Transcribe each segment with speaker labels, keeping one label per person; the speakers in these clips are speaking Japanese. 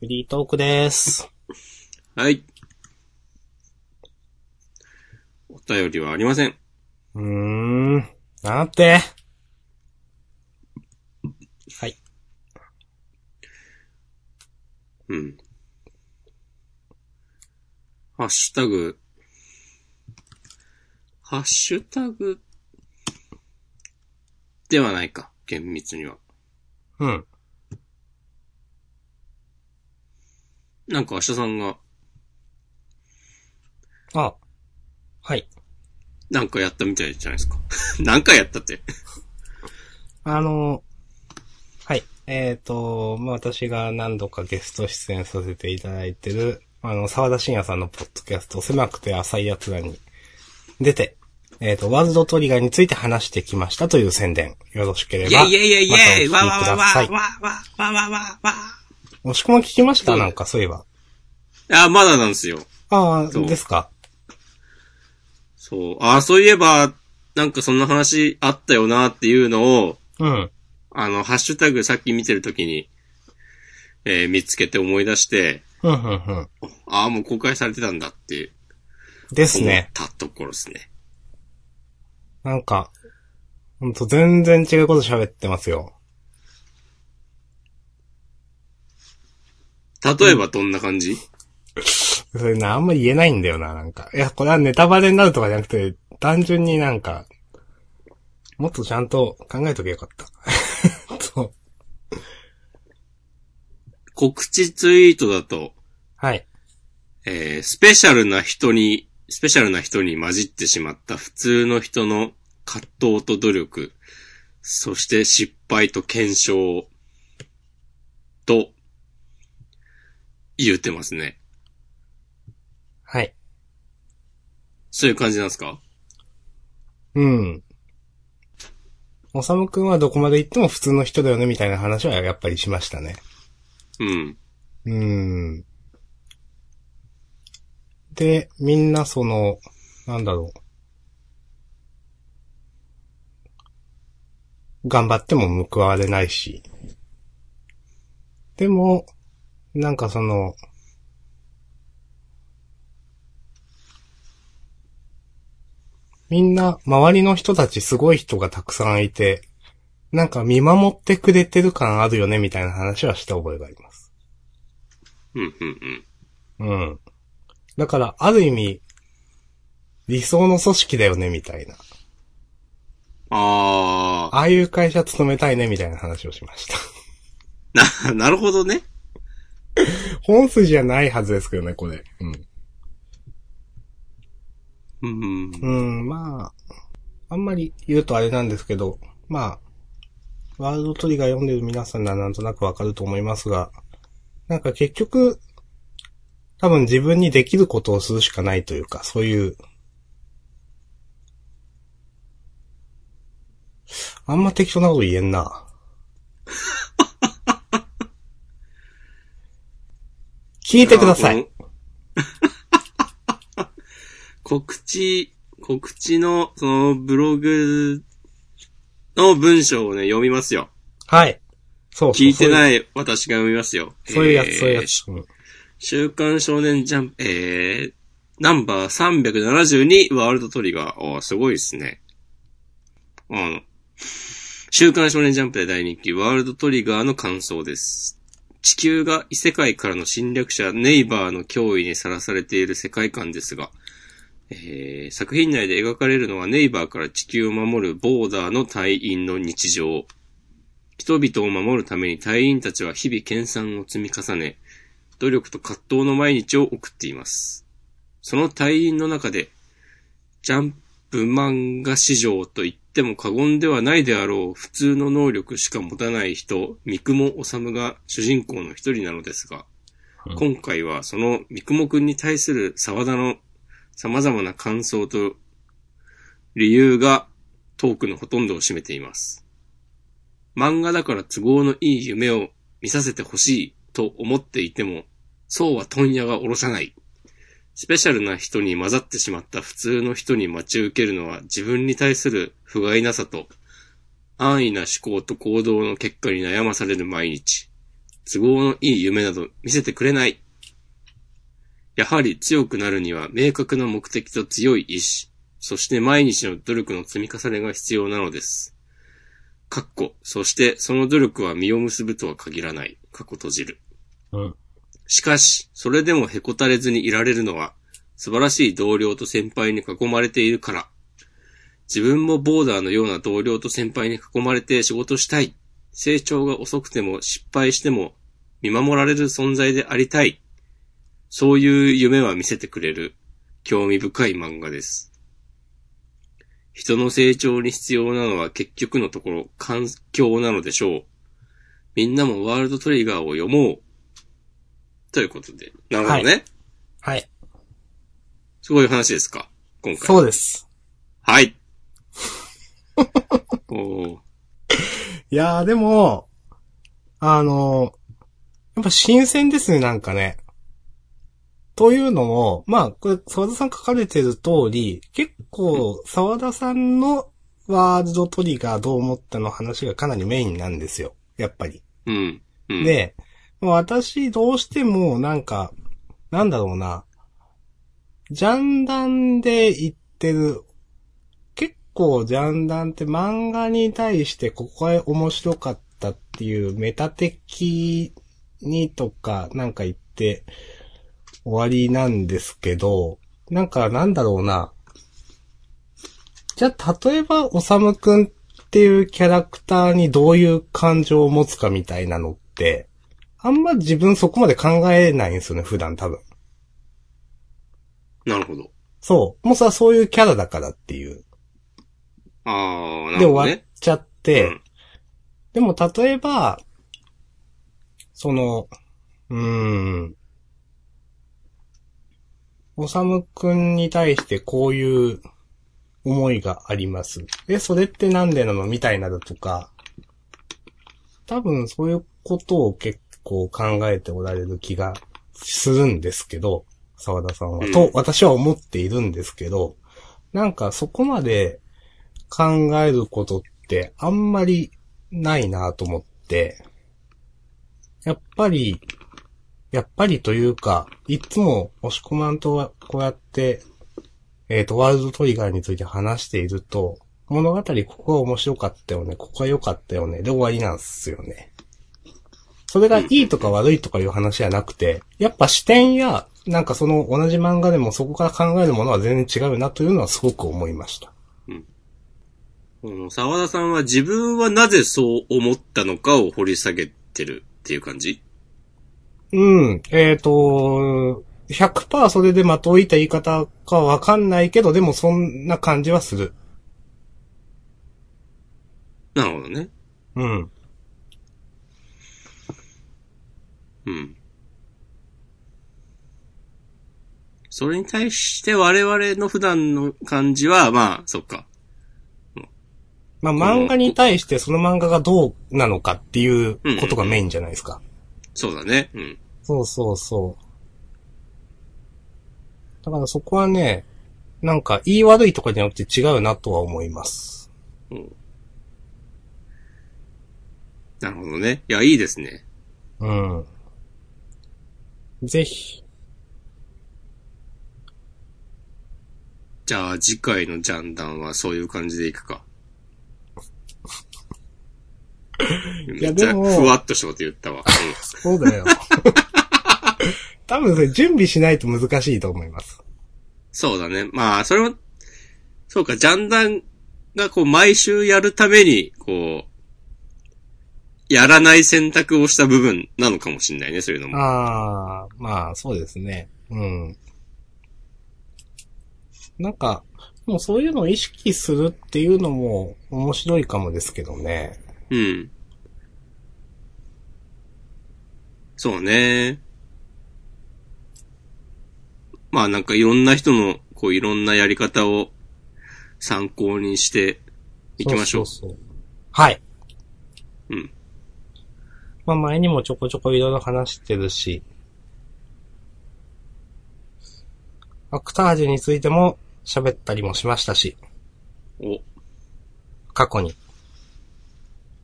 Speaker 1: フリートークです。
Speaker 2: はい。お便りはありません。
Speaker 1: うーん。なんて。はい。
Speaker 2: うん。ハッシュタグ。ハッシュタグ。ではないか。厳密には。
Speaker 1: うん。
Speaker 2: なんか明日さんが、
Speaker 1: あ。はい。
Speaker 2: なんかやったみたいじゃないですか。 何回やったって。
Speaker 1: あの、はい。えっ、と、まあ、私が何度かゲスト出演させていただいてる、あの、沢田信也さんのポッドキャスト、狭くて浅いやつらに出て、えっ、と、ワールドトリガーについて話してきましたという宣伝。よろしければ。
Speaker 2: イェイイェイイェイイェイ
Speaker 1: ま
Speaker 2: わ
Speaker 1: たお聞きく
Speaker 2: わわわ
Speaker 1: ださい
Speaker 2: わわわわわわ
Speaker 1: 押し込ま聞きましたなんか、そういえば。
Speaker 2: あ、まだなんですよ。
Speaker 1: ああ、
Speaker 2: そう
Speaker 1: ですか。
Speaker 2: そう。あ、そういえば、なんかそんな話あったよなっていうのを、
Speaker 1: うん。
Speaker 2: あの、ハッシュタグさっき見てるときに、えー見つけて思い出して、
Speaker 1: うん、うん、うん。
Speaker 2: ああ、もう公開されてたんだって
Speaker 1: です
Speaker 2: 思
Speaker 1: ね
Speaker 2: っ。たところですね。
Speaker 1: なんか、ほんと全然違うこと喋ってますよ。
Speaker 2: 例えばどんな感じ、
Speaker 1: それな、あんま言えないんだよな、なんか。いや、これはネタバレになるとかじゃなくて、単純になんか、もっとちゃんと考えとけばよかった。 そう。
Speaker 2: 告知ツイートだと、
Speaker 1: はい。
Speaker 2: えースペシャルな人に、スペシャルな人に混じってしまった普通の人の葛藤と努力、そして失敗と検証、と、言ってますね。
Speaker 1: はい。
Speaker 2: そういう感じなんですか
Speaker 1: うん。おさむくんはどこまで行っても普通の人だよね、みたいな話はやっぱりしましたね。
Speaker 2: うん。
Speaker 1: うん。で、みんなその、なんだろう。頑張っても報われないし。でも、なんかその、みんな、周りの人たちすごい人がたくさんいて、なんか見守ってくれてる感あるよね、みたいな話はした覚えがあります。
Speaker 2: うん、うん、うん。
Speaker 1: うん。だから、ある意味、理想の組織だよね、みたいな。
Speaker 2: あ
Speaker 1: ああいう会社勤めたいね、みたいな話をしました。
Speaker 2: ー、な、 なるほどね。
Speaker 1: 本筋じゃないはずですけどね、これ。うん。
Speaker 2: うん。
Speaker 1: うん、まあ、あんまり言うとあれなんですけど、まあ、ワールドトリガー読んでる皆さんならなんとなくわかると思いますが、なんか結局、多分自分にできることをするしかないというか、そういう、あんま適当なこと言えん な。聞いてください。
Speaker 2: この。告知、告知の、そのブログの文章をね、読みますよ。
Speaker 1: はい。そうそう。
Speaker 2: 聞いて
Speaker 1: い。
Speaker 2: ない私が読みますよ。
Speaker 1: そういうや
Speaker 2: え
Speaker 1: つ、
Speaker 2: ー
Speaker 1: そういうやつ。うん
Speaker 2: 週刊少年ジャンプ、えー、ナンバー372ワールドトリガー。あーすごいですね。あの、週刊少年ジャンプで大人気ワールドトリガーの感想です。地球が異世界からの侵略者ネイバーの脅威にさらされている世界観ですが、えー、作品内で描かれるのはネイバーから地球を守るボーダーの隊員の日常。人々を守るために隊員たちは日々研鑽を積み重ね、努力と葛藤の毎日を送っています。その隊員の中で、ジャンプ漫画史上と言っても過言ではないであろう普通の能力しか持たない人、三雲治が主人公の一人なのですが、
Speaker 1: うん
Speaker 2: 今回はその三雲くんに対する沢田の様々な感想と理由がトークのほとんどを占めています。漫画だから都合のいい夢を見させてほしいと思っていても、そうは問屋が下ろさない。スペシャルな人に混ざってしまった普通の人に待ち受けるのは自分に対する不甲斐なさと、安易な思考と行動の結果に悩まされる毎日。都合のいい夢など見せてくれない。やはり強くなるには明確な目的と強い意志、そして毎日の努力の積み重ねが必要なのです。かっこ、そしてその努力は実を結ぶとは限らない。かっこ閉じる。
Speaker 1: うん。
Speaker 2: しかし、それでもへこたれずにいられるのは、素晴らしい同僚と先輩に囲まれているから。自分もボーダーのような同僚と先輩に囲まれて仕事したい。成長が遅くても失敗しても見守られる存在でありたい。そういう夢は見せてくれる興味深い漫画です。人の成長に必要なのは結局のところ環境なのでしょう。みんなもワールドトリガーを読もう。ということで。なるほどね。
Speaker 1: ははい。
Speaker 2: そういう話ですか今回。
Speaker 1: そうです。
Speaker 2: はい。おー
Speaker 1: いやーでも、あの、やっぱ新鮮ですね、なんかね。というのも、まあ、これ、沢田さん書かれてる通り、結構、沢田さんのワールドトリガーどう思ったの話がかなりメインなんですよ。やっぱり。
Speaker 2: うん。うん、
Speaker 1: で、もう私どうしてもなんか、なんだろうな、ジャンダンで言ってる、結構ジャンダンって漫画に対してここは面白かったっていうメタ的にとかなんか言って終わりなんですけど、なんかなんだろうな、じゃあ例えばおさむくんっていうキャラクターにどういう感情を持つかみたいなのって、あんま自分そこまで考えないんですよね、普段多分。
Speaker 2: なるほど。
Speaker 1: そう。もうさ、そういうキャラだからっていう。
Speaker 2: あー、な
Speaker 1: で、
Speaker 2: るほど
Speaker 1: 終わっ
Speaker 2: ね。
Speaker 1: ちゃっ
Speaker 2: う
Speaker 1: て、
Speaker 2: ん
Speaker 1: でも例えば、その、うーん、おさむくんに対してこういう思いがあります。え、それってなんでなのみたいなだとか、多分そういうことを結構考えておられる気がするんですけど、沢田さんは。
Speaker 2: うん
Speaker 1: と、私は思っているんですけど、なんかそこまで考えることってあんまりないなと思って、やっぱり、やっぱりというか、いつも押し込まんとはこうやって、えっ、と、ワールドトリガーについて話していると、物語ここは面白かったよね、ここは良かったよね、で終わりなんですよね。それがいいとか悪いとかいう話じゃなくて、やっぱ視点や、なんかその同じ漫画でもそこから考えるものは全然違うなというのはすごく思いました。
Speaker 2: この沢田さんは自分はなぜそう思ったのかを掘り下げてるっていう感じ
Speaker 1: うん、えっ、と、100%それでまといた言い方かわかんないけど、でもそんな感じはする。
Speaker 2: なるほどね。
Speaker 1: うん。
Speaker 2: うん。それに対して我々の普段の感じは、まあ、そっか。
Speaker 1: まあ、漫画に対してその漫画がどうなのかっていうことがメインじゃないですか。
Speaker 2: そうだね。うん。
Speaker 1: そうそうそう。だからそこはね、なんか言い悪いとかじゃなくて違うなとは思います。
Speaker 2: うんなるほどね。いや、いいですね。
Speaker 1: うん。ぜひ。
Speaker 2: じゃあ次回のジャンダンはそういう感じでいくか。めっちゃ
Speaker 1: でも
Speaker 2: ふわっとしたこと言ったわ。
Speaker 1: そうだよ。 多分それ準備しないと難しいと思います。
Speaker 2: そうだね。まあ、それも、そうか、ジャンダンがこう毎週やるために、こう、やらない選択をした部分なのかもしれないね、そういうのも。
Speaker 1: ああ、まあ、そうですね。うん。なんか、もうそういうのを意識するっていうのも面白いかもですけどね。
Speaker 2: うん。そうね。まあなんかいろんな人の、こういろんなやり方を参考にしていきましょう。
Speaker 1: そうそうそうはい。
Speaker 2: うん。
Speaker 1: まあ前にもちょこちょこいろいろ話してるし、アクタージュについても喋ったりもしましたし、
Speaker 2: お。
Speaker 1: 過去に。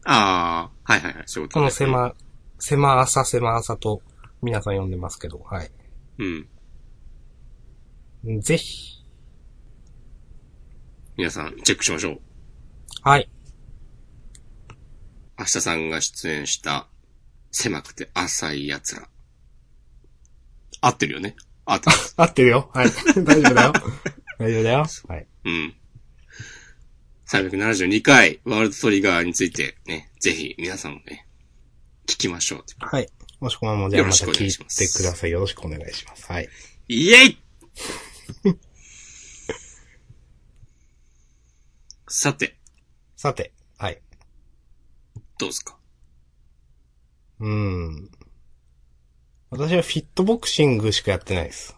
Speaker 2: ああ、はいはいはい、そういうこと
Speaker 1: こ
Speaker 2: ね
Speaker 1: の狭、狭浅狭浅と皆さん呼んでますけど、はい。
Speaker 2: うん。
Speaker 1: ぜひ。
Speaker 2: 皆さん、チェックしましょう。
Speaker 1: はい。
Speaker 2: 明日さんが出演した、狭くて浅い奴ら。合ってるよね合ってます。
Speaker 1: 合ってるよ。 はい。大丈夫だよ。大丈夫だよ。はい。
Speaker 2: うん。372回、ワールドトリガーについてね、ぜひ皆さんもね、聞きましょう。
Speaker 1: はい。もしくはもうじゃあ
Speaker 2: よ
Speaker 1: ま
Speaker 2: ろしたくお
Speaker 1: 聞
Speaker 2: 願
Speaker 1: い
Speaker 2: い
Speaker 1: て
Speaker 2: します
Speaker 1: ください。よろしくお願いします。はい。
Speaker 2: イエイ さて、
Speaker 1: さて、はい。
Speaker 2: どうですか
Speaker 1: うーん。私はフィットボクシングしかやってないです。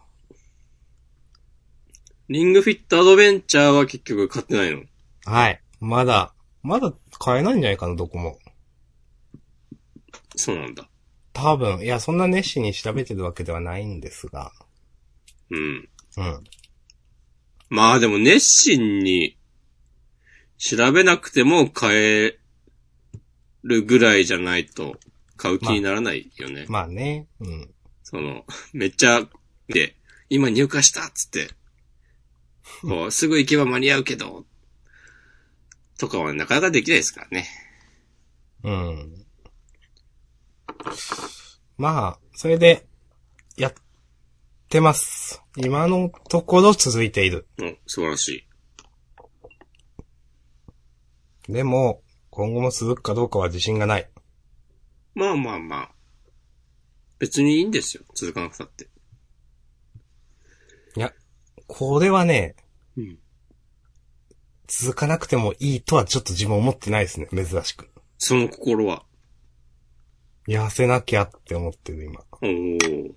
Speaker 2: リングフィットアドベンチャーは結局買ってないの
Speaker 1: はい。まだ、まだ買えないんじゃないかな、どこも。
Speaker 2: そうなんだ。
Speaker 1: 多分、いや、そんな熱心に調べてるわけではないんですが。
Speaker 2: うん。
Speaker 1: うん。
Speaker 2: まあでも熱心に調べなくても買えるぐらいじゃないと買う気にならないよね。
Speaker 1: まあね。うん。
Speaker 2: その、めっちゃ、で、今入荷したっつ って、こう、すぐ行けば間に合うけど、とかはなかなかできないですからね。
Speaker 1: うん。まあ、それで、やってます。今のところ続いている。
Speaker 2: うん、素晴らしい。
Speaker 1: でも、今後も続くかどうかは自信がない。
Speaker 2: まあまあまあ。別にいいんですよ。続かなくたって。
Speaker 1: これはね、
Speaker 2: うん。
Speaker 1: 続かなくてもいいとはちょっと自分思ってないですね、珍しく。
Speaker 2: その心は。
Speaker 1: 痩せなきゃって思ってる、今。
Speaker 2: おー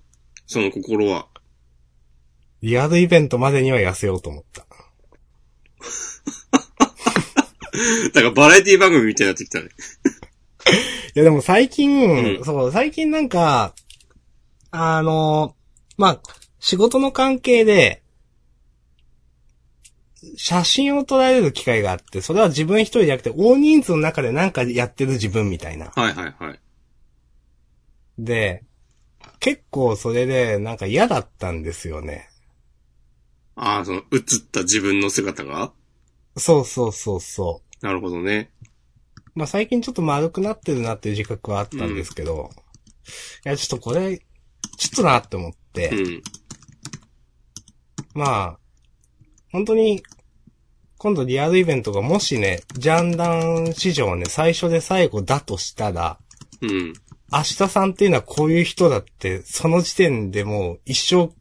Speaker 2: その心は。
Speaker 1: リアルイベントまでには痩せようと思った。
Speaker 2: だからバラエティ番組みたいになってきたね。
Speaker 1: いやでも最近、
Speaker 2: うん
Speaker 1: そう、最近なんか、あの、まあ、仕事の関係で、写真を捉える機会があって、それは自分一人じゃなくて、大人数の中でなんかやってる自分みたいな。
Speaker 2: はいはいはい。
Speaker 1: で、結構それで、なんか嫌だったんですよね。
Speaker 2: ああ、その、映った自分の姿が
Speaker 1: そうそうそうそ
Speaker 2: なるほどね。
Speaker 1: う。まあ、最近ちょっと丸くなってるなっていう自覚はあったんですけど、いや、ちょっとこれ、ちょっとなって思って、
Speaker 2: うん。
Speaker 1: まあ、本当に、今度リアルイベントがもしね、ジャンダン史上ね、最初で最後だとしたら、
Speaker 2: うん。
Speaker 1: 明日さんっていうのはこういう人だって、その時点でもう一生、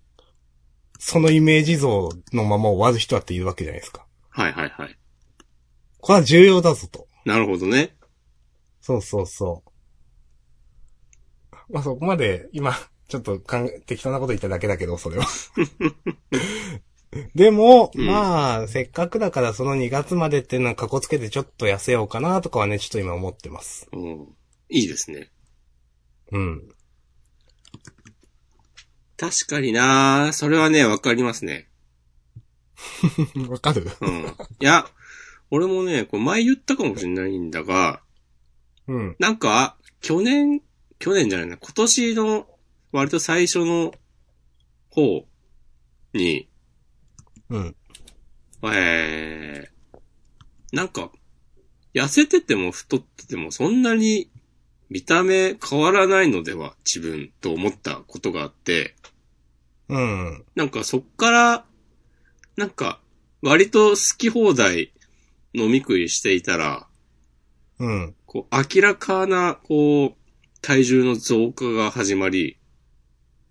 Speaker 1: そのイメージ像のまま終わる人だっているわけじゃないですか。
Speaker 2: はいはいはい。
Speaker 1: これは重要だぞと。
Speaker 2: なるほどね。
Speaker 1: そうそうそう。まあそこまで、今、ちょっとかん適当なこと言っただけだけど、 それは。でも、
Speaker 2: うん
Speaker 1: まあ、せっかくだからその2月までっていうのはかこつけてちょっと痩せようかなとかはね、ちょっと今思ってます。
Speaker 2: おーいいですね。
Speaker 1: うん。
Speaker 2: 確かになそれはね、わかりますね。
Speaker 1: わかる
Speaker 2: うん。いや、俺もね、これ前言ったかもしれないんだが、
Speaker 1: うん。
Speaker 2: なんか、去年、去年じゃないな、今年の、割と最初の方に、
Speaker 1: うん。
Speaker 2: えー、なんか、痩せてても太っててもそんなに見た目変わらないのでは自分と思ったことがあって、
Speaker 1: うん。
Speaker 2: なんかそっから、なんか、割と好き放題飲み食いしていたら、
Speaker 1: うん。
Speaker 2: こう、明らかな、こう、体重の増加が始まり、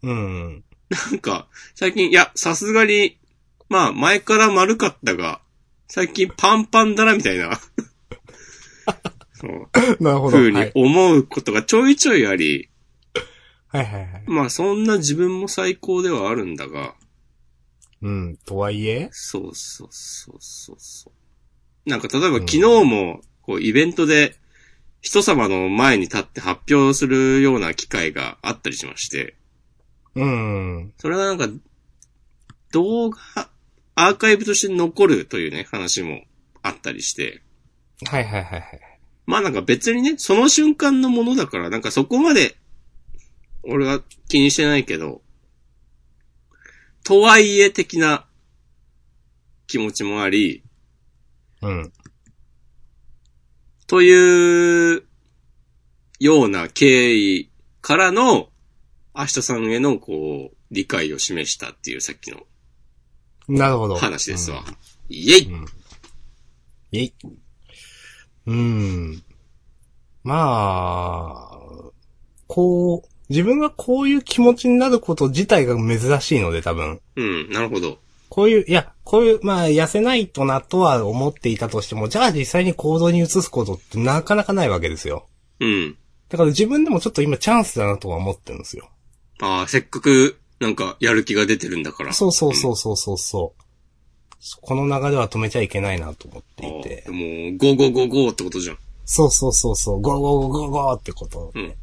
Speaker 1: うん。
Speaker 2: なんか、最近、いや、さすがに、まあ、前から丸かったが、最近パンパンだな、みた いな、そう、
Speaker 1: なるほど。は
Speaker 2: 風
Speaker 1: い。は
Speaker 2: に
Speaker 1: い
Speaker 2: 思うことがちょいちょいあり、
Speaker 1: はいはい。
Speaker 2: まあ、そんな自分も最高ではあるんだが、
Speaker 1: うん。とはいえ
Speaker 2: そうそうそうそうそう。なんか例えば昨日も、こうイベントで、人様の前に立って発表するような機会があったりしまして、
Speaker 1: うん。
Speaker 2: それがなんか、動画、アーカイブとして残るというね、話もあったりして、
Speaker 1: はいはいはいはい。
Speaker 2: まあなんか別にね、その瞬間のものだから、なんかそこまで俺が気にしてないけど、とはいえ的な気持ちもあり、
Speaker 1: うん。
Speaker 2: というような経緯からの、明日さんへのこう、理解を示したっていうさっきの
Speaker 1: なるほど。
Speaker 2: 話ですわ。イェイ
Speaker 1: えい。うーん。まあ、こう、自分がこういう気持ちになること自体が珍しいので、多分。
Speaker 2: うん、なるほど。
Speaker 1: こういう、いや、こういう、まあ、痩せないとなとは思っていたとしても、じゃあ実際に行動に移すことってなかなかないわけですよ。
Speaker 2: うん。
Speaker 1: だから自分でもちょっと今チャンスだなとは思ってるんですよ。
Speaker 2: ああ、せっかく、なんか、やる気が出てるんだから。
Speaker 1: そうそうそうそうそうそう。この流れは止めちゃいけないなと思っていて
Speaker 2: ああ。もう、ゴーゴーゴーゴーってことじゃん。
Speaker 1: そうそうそうそう、ゴーゴーゴーゴーゴーってこと。
Speaker 2: うん。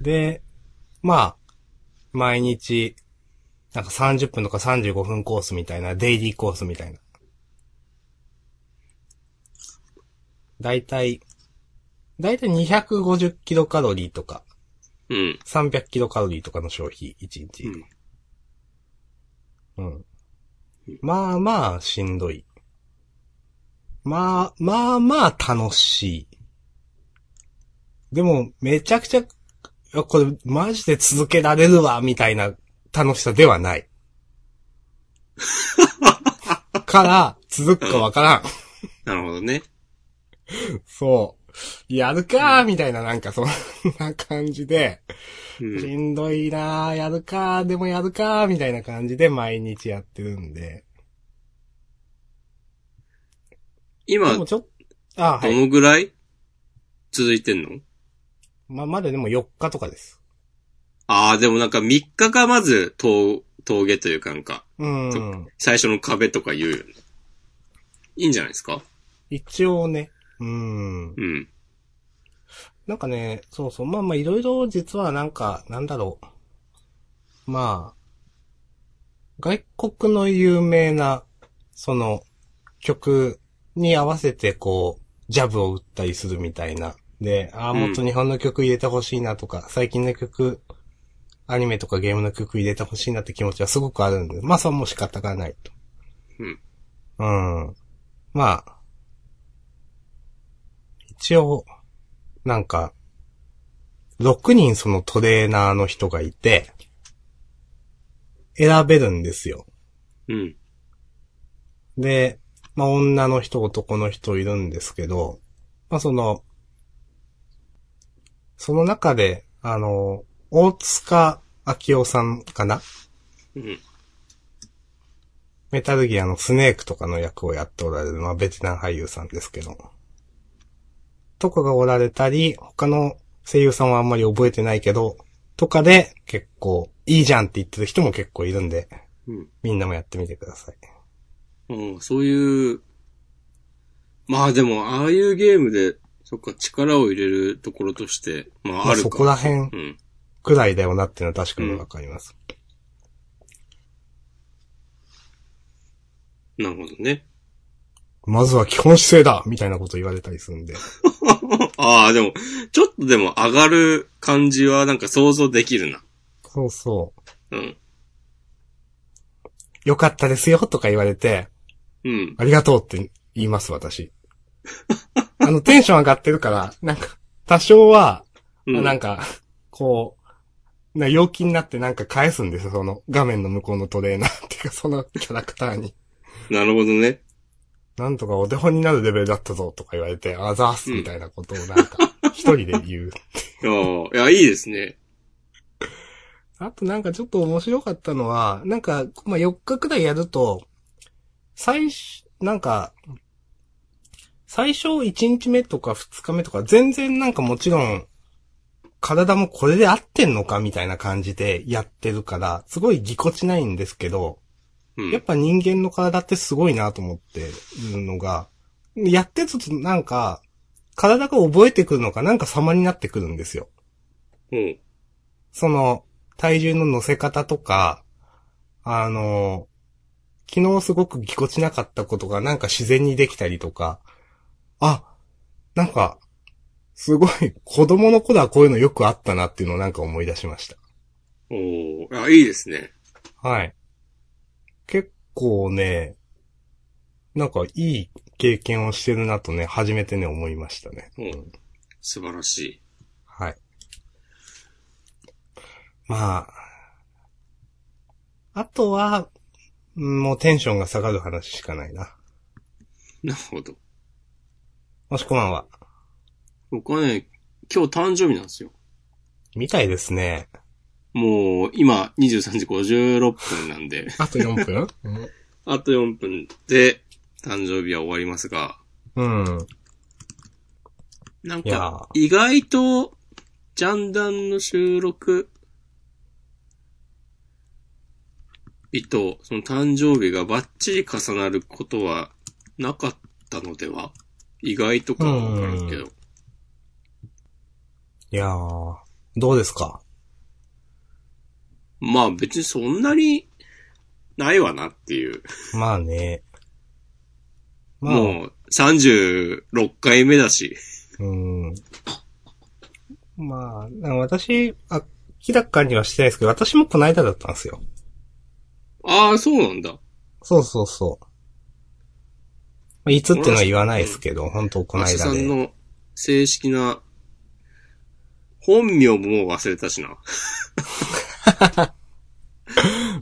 Speaker 1: で、まあ、毎日、なんか30分とか35分コースみたいな、デイリーコースみたいな。だいたい、だいたい250キロカロリーとか、
Speaker 2: うん。
Speaker 1: 300キロカロリーとかの消費、1日。うん。まあまあ、しんどい。まあ、まあまあ、楽しい。でも、めちゃくちゃ、いやこれ、マジで続けられるわ、みたいな楽しさではない。から、続くかわからん。
Speaker 2: なるほどね。
Speaker 1: そう。やるかーみたいな、なんか、そんな感じで、
Speaker 2: うん
Speaker 1: しんどいなーやるかーでもやるかーみたいな感じで毎日やってるんで。
Speaker 2: 今、
Speaker 1: でも
Speaker 2: ど
Speaker 1: ちょっあ、はい。
Speaker 2: のぐらい続いてんの
Speaker 1: まあ、まだでも4日とかです。
Speaker 2: ああ、でもなんか3日がまず峠、峠というかなんか、
Speaker 1: うん。
Speaker 2: 最初の壁とか言うよね。いいんじゃないですか
Speaker 1: 一応ね。うん。
Speaker 2: うん。
Speaker 1: なんかね、そうそう。まあまあ、いろいろ実はなんか、なんだろう。まあ、外国の有名な、その、曲に合わせてこう、ジャブを打ったりするみたいな。で、ああ、
Speaker 2: うん
Speaker 1: もっと日本の曲入れてほしいなとか、最近の曲、アニメとかゲームの曲入れてほしいなって気持ちはすごくあるんで、まあそれはもう仕方がないと。うん。うん。まあ、一応、なんか、6人そのトレーナーの人がいて、選べるんですよ。
Speaker 2: うん。
Speaker 1: で、まあ、女の人、男の人いるんですけど、まあ、その、その中で、あの、大塚明夫さんかな
Speaker 2: うん。
Speaker 1: メタルギアのスネークとかの役をやっておられる、まあ、ベテラン俳優さんですけど。とかがおられたり、他の声優さんはあんまり覚えてないけど、とかで結構、いいじゃんって言ってる人も結構いるんで、
Speaker 2: うん。
Speaker 1: みんなもやってみてください。
Speaker 2: うん、そういう、まあでも、ああいうゲームで、そっか、力を入れるところとして、まあ
Speaker 1: ま
Speaker 2: あ
Speaker 1: あ、
Speaker 2: る
Speaker 1: そ
Speaker 2: か。
Speaker 1: こら辺
Speaker 2: うん。
Speaker 1: くらいだよなっていうのは確かにわかります。
Speaker 2: なるほどね。
Speaker 1: まずは基本姿勢だみたいなこと言われたりするんで。
Speaker 2: ああ、でも、ちょっとでも上がる感じはなんか想像できるな。
Speaker 1: そうそう。
Speaker 2: うん。
Speaker 1: よかったですよとか言われて、
Speaker 2: うん。
Speaker 1: ありがとうって言います、 私。あの、テンション上がってるから、なんか、多少は、
Speaker 2: うん、
Speaker 1: なんか、こう、な陽気になってなんか返すんですよ、その画面の向こうのトレーナーっていうか、 そのキャラクターに。
Speaker 2: なるほどね。
Speaker 1: なんとかお手本になるレベルだったぞとか言われて、あざーすみたいなことをなんか、一人で言う。
Speaker 2: ああ、いや、いいですね。
Speaker 1: あとなんかちょっと面白かったのは、なんか、まあ、4日くらいやると、最初、なんか、最初1日目とか2日目とか、全然なんかもちろん、体もこれで合ってんのかみたいな感じでやってるから、すごいぎこちないんですけど、
Speaker 2: うん。
Speaker 1: やっぱ人間の体ってすごいなと思ってるのが、やってるとなんか、体が覚えてくるのかなんか様になってくるんですよ。
Speaker 2: うん。
Speaker 1: その、体重の乗せ方とか、あの、昨日すごくぎこちなかったことがなんか自然にできたりとか、あ、なんか、すごい、子供の頃はこういうのよくあったなっていうのをなんか思い出しました。
Speaker 2: おーあ、いいですね。
Speaker 1: はい。結構ね、なんかいい経験をしてるなとね、初めてね、思いましたね。
Speaker 2: うん素晴らしい。
Speaker 1: はい。まあ、あとは、うんもうテンションが下がる話しかないな。
Speaker 2: なるほど。
Speaker 1: もしこまんは、
Speaker 2: 僕はね、今日誕生日なんですよ。
Speaker 1: みたいですね。
Speaker 2: もう、今、23時56分なんで、
Speaker 1: あと4分
Speaker 2: あと4分で、誕生日は終わりますが、
Speaker 1: うん。
Speaker 2: なん
Speaker 1: いや
Speaker 2: か、意外と、ジャンダンの収録、日と、その誕生日がバッチリ重なることはなかったのでは意外とかはわからんけど。
Speaker 1: いやー、どうですか
Speaker 2: まあ別にそんなに、ないわなっていう。
Speaker 1: まあね。まあ、
Speaker 2: もう、36回目だし。
Speaker 1: うん。まあ、なんか私、あ明らかにはしてないですけど、私もこの間だったんですよ。
Speaker 2: ああ、そうなんだ。
Speaker 1: そうそうそう。まあ、いつってのは言わないですけど、本当この
Speaker 2: マシ
Speaker 1: 間
Speaker 2: さん
Speaker 1: で。
Speaker 2: の正式な、本名ももう忘れたしな。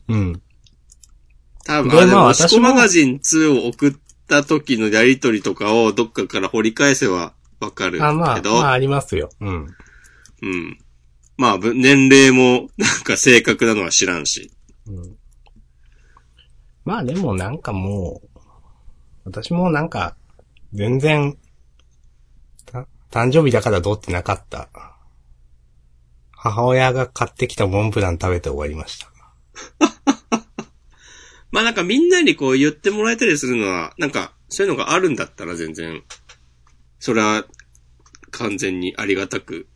Speaker 1: うん。
Speaker 2: 多
Speaker 1: で
Speaker 2: 分、あ、で
Speaker 1: まあ
Speaker 2: も、押し
Speaker 1: 私
Speaker 2: 子
Speaker 1: も
Speaker 2: マガジン2を送った時のやりとりとかをどっかから掘り返せばわかるけど、
Speaker 1: あ、まあ、まあ、ありますよ。うん。
Speaker 2: うん。まあ、ぶ年齢も、なんか正確なのは知らんし。
Speaker 1: うん。まあでもなんかもう、私もなんか、全然、た誕生日だからどうってなかった。母親が買ってきたモンブラン食べて終わりました。
Speaker 2: まあなんかみんなにこう言ってもらえたりするのは、なんかそういうのがあるんだったら全然、それは完全にありがたく、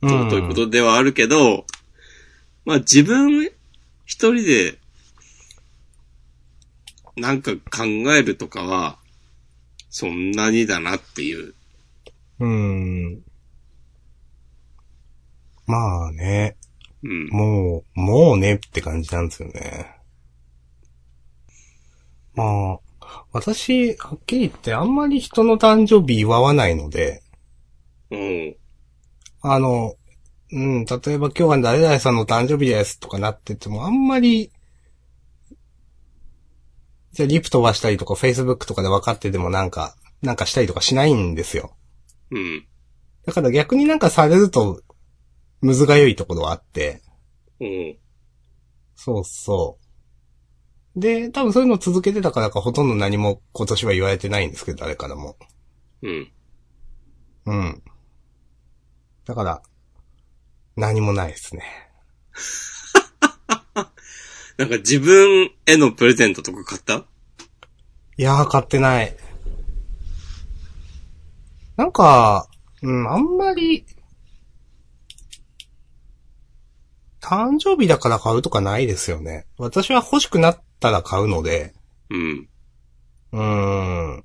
Speaker 1: うん
Speaker 2: ということではあるけど、まあ自分一人で、なんか考えるとかは、そんなにだなっていう。
Speaker 1: うん。まあね、
Speaker 2: うん。
Speaker 1: もう、もうねって感じなんですよね。まあ、私、はっきり言ってあんまり人の誕生日祝わないので、
Speaker 2: うん。
Speaker 1: あの、うん、例えば今日は誰々さんの誕生日ですとかなってても、あんまり、じゃあリプ飛ばしたりとか、Facebook とかで分かっててもなんか、なんかしたりとかしないんですよ。
Speaker 2: うん。
Speaker 1: だから逆になんかされると、むずがゆいところはあって、
Speaker 2: うん。
Speaker 1: そうそう。で、多分そういうのを続けてたからか、ほとんど何も今年は言われてないんですけど、誰からも。
Speaker 2: うん。
Speaker 1: うん。だから、何もないですね。
Speaker 2: なんか自分へのプレゼントとか買った
Speaker 1: いやー、買ってない。なんか、うん、あんまり、誕生日だから買うとかないですよね。私は欲しくなったら買うので、
Speaker 2: うん。
Speaker 1: うーん。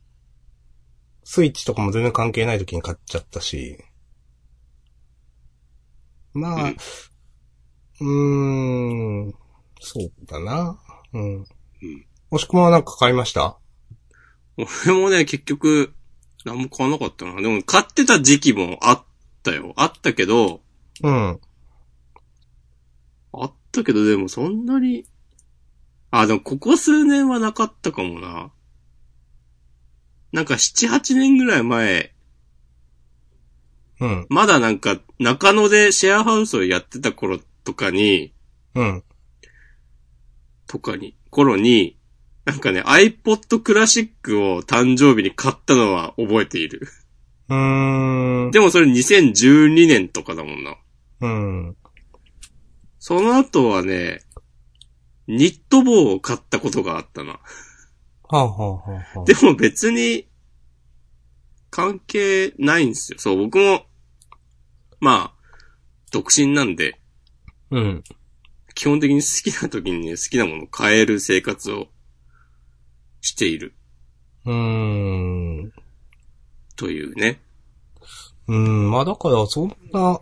Speaker 1: スイッチとかも全然関係ない時に買っちゃったし。まあ、うーん、そうだな。うん。もしくはなんか買いました
Speaker 2: 俺もね、結局、何も買わなかったな。でも、買ってた時期もあったよ。あったけど、
Speaker 1: うん。
Speaker 2: あったけど、でもそんなに、あ、でもここ数年はなかったかもな。なんか7、8年ぐらい前、
Speaker 1: うん。
Speaker 2: まだなんか中野でシェアハウスをやってた頃とかに、
Speaker 1: うん。
Speaker 2: とかに、頃に、なんかね、iPod クラシックを誕生日に買ったのは覚えている。
Speaker 1: うーん。
Speaker 2: でもそれ2012年とかだもんな。
Speaker 1: うん。
Speaker 2: その後はね、ニット帽を買ったことがあったな。
Speaker 1: はあ、はあはあはあ、
Speaker 2: でも別に、関係ないんですよ。そう、僕も、まあ、独身なんで、
Speaker 1: うん。
Speaker 2: 基本的に好きな時にね、好きなものを買える生活をしている
Speaker 1: うーん。
Speaker 2: というね。
Speaker 1: ううん、まあだからそんな、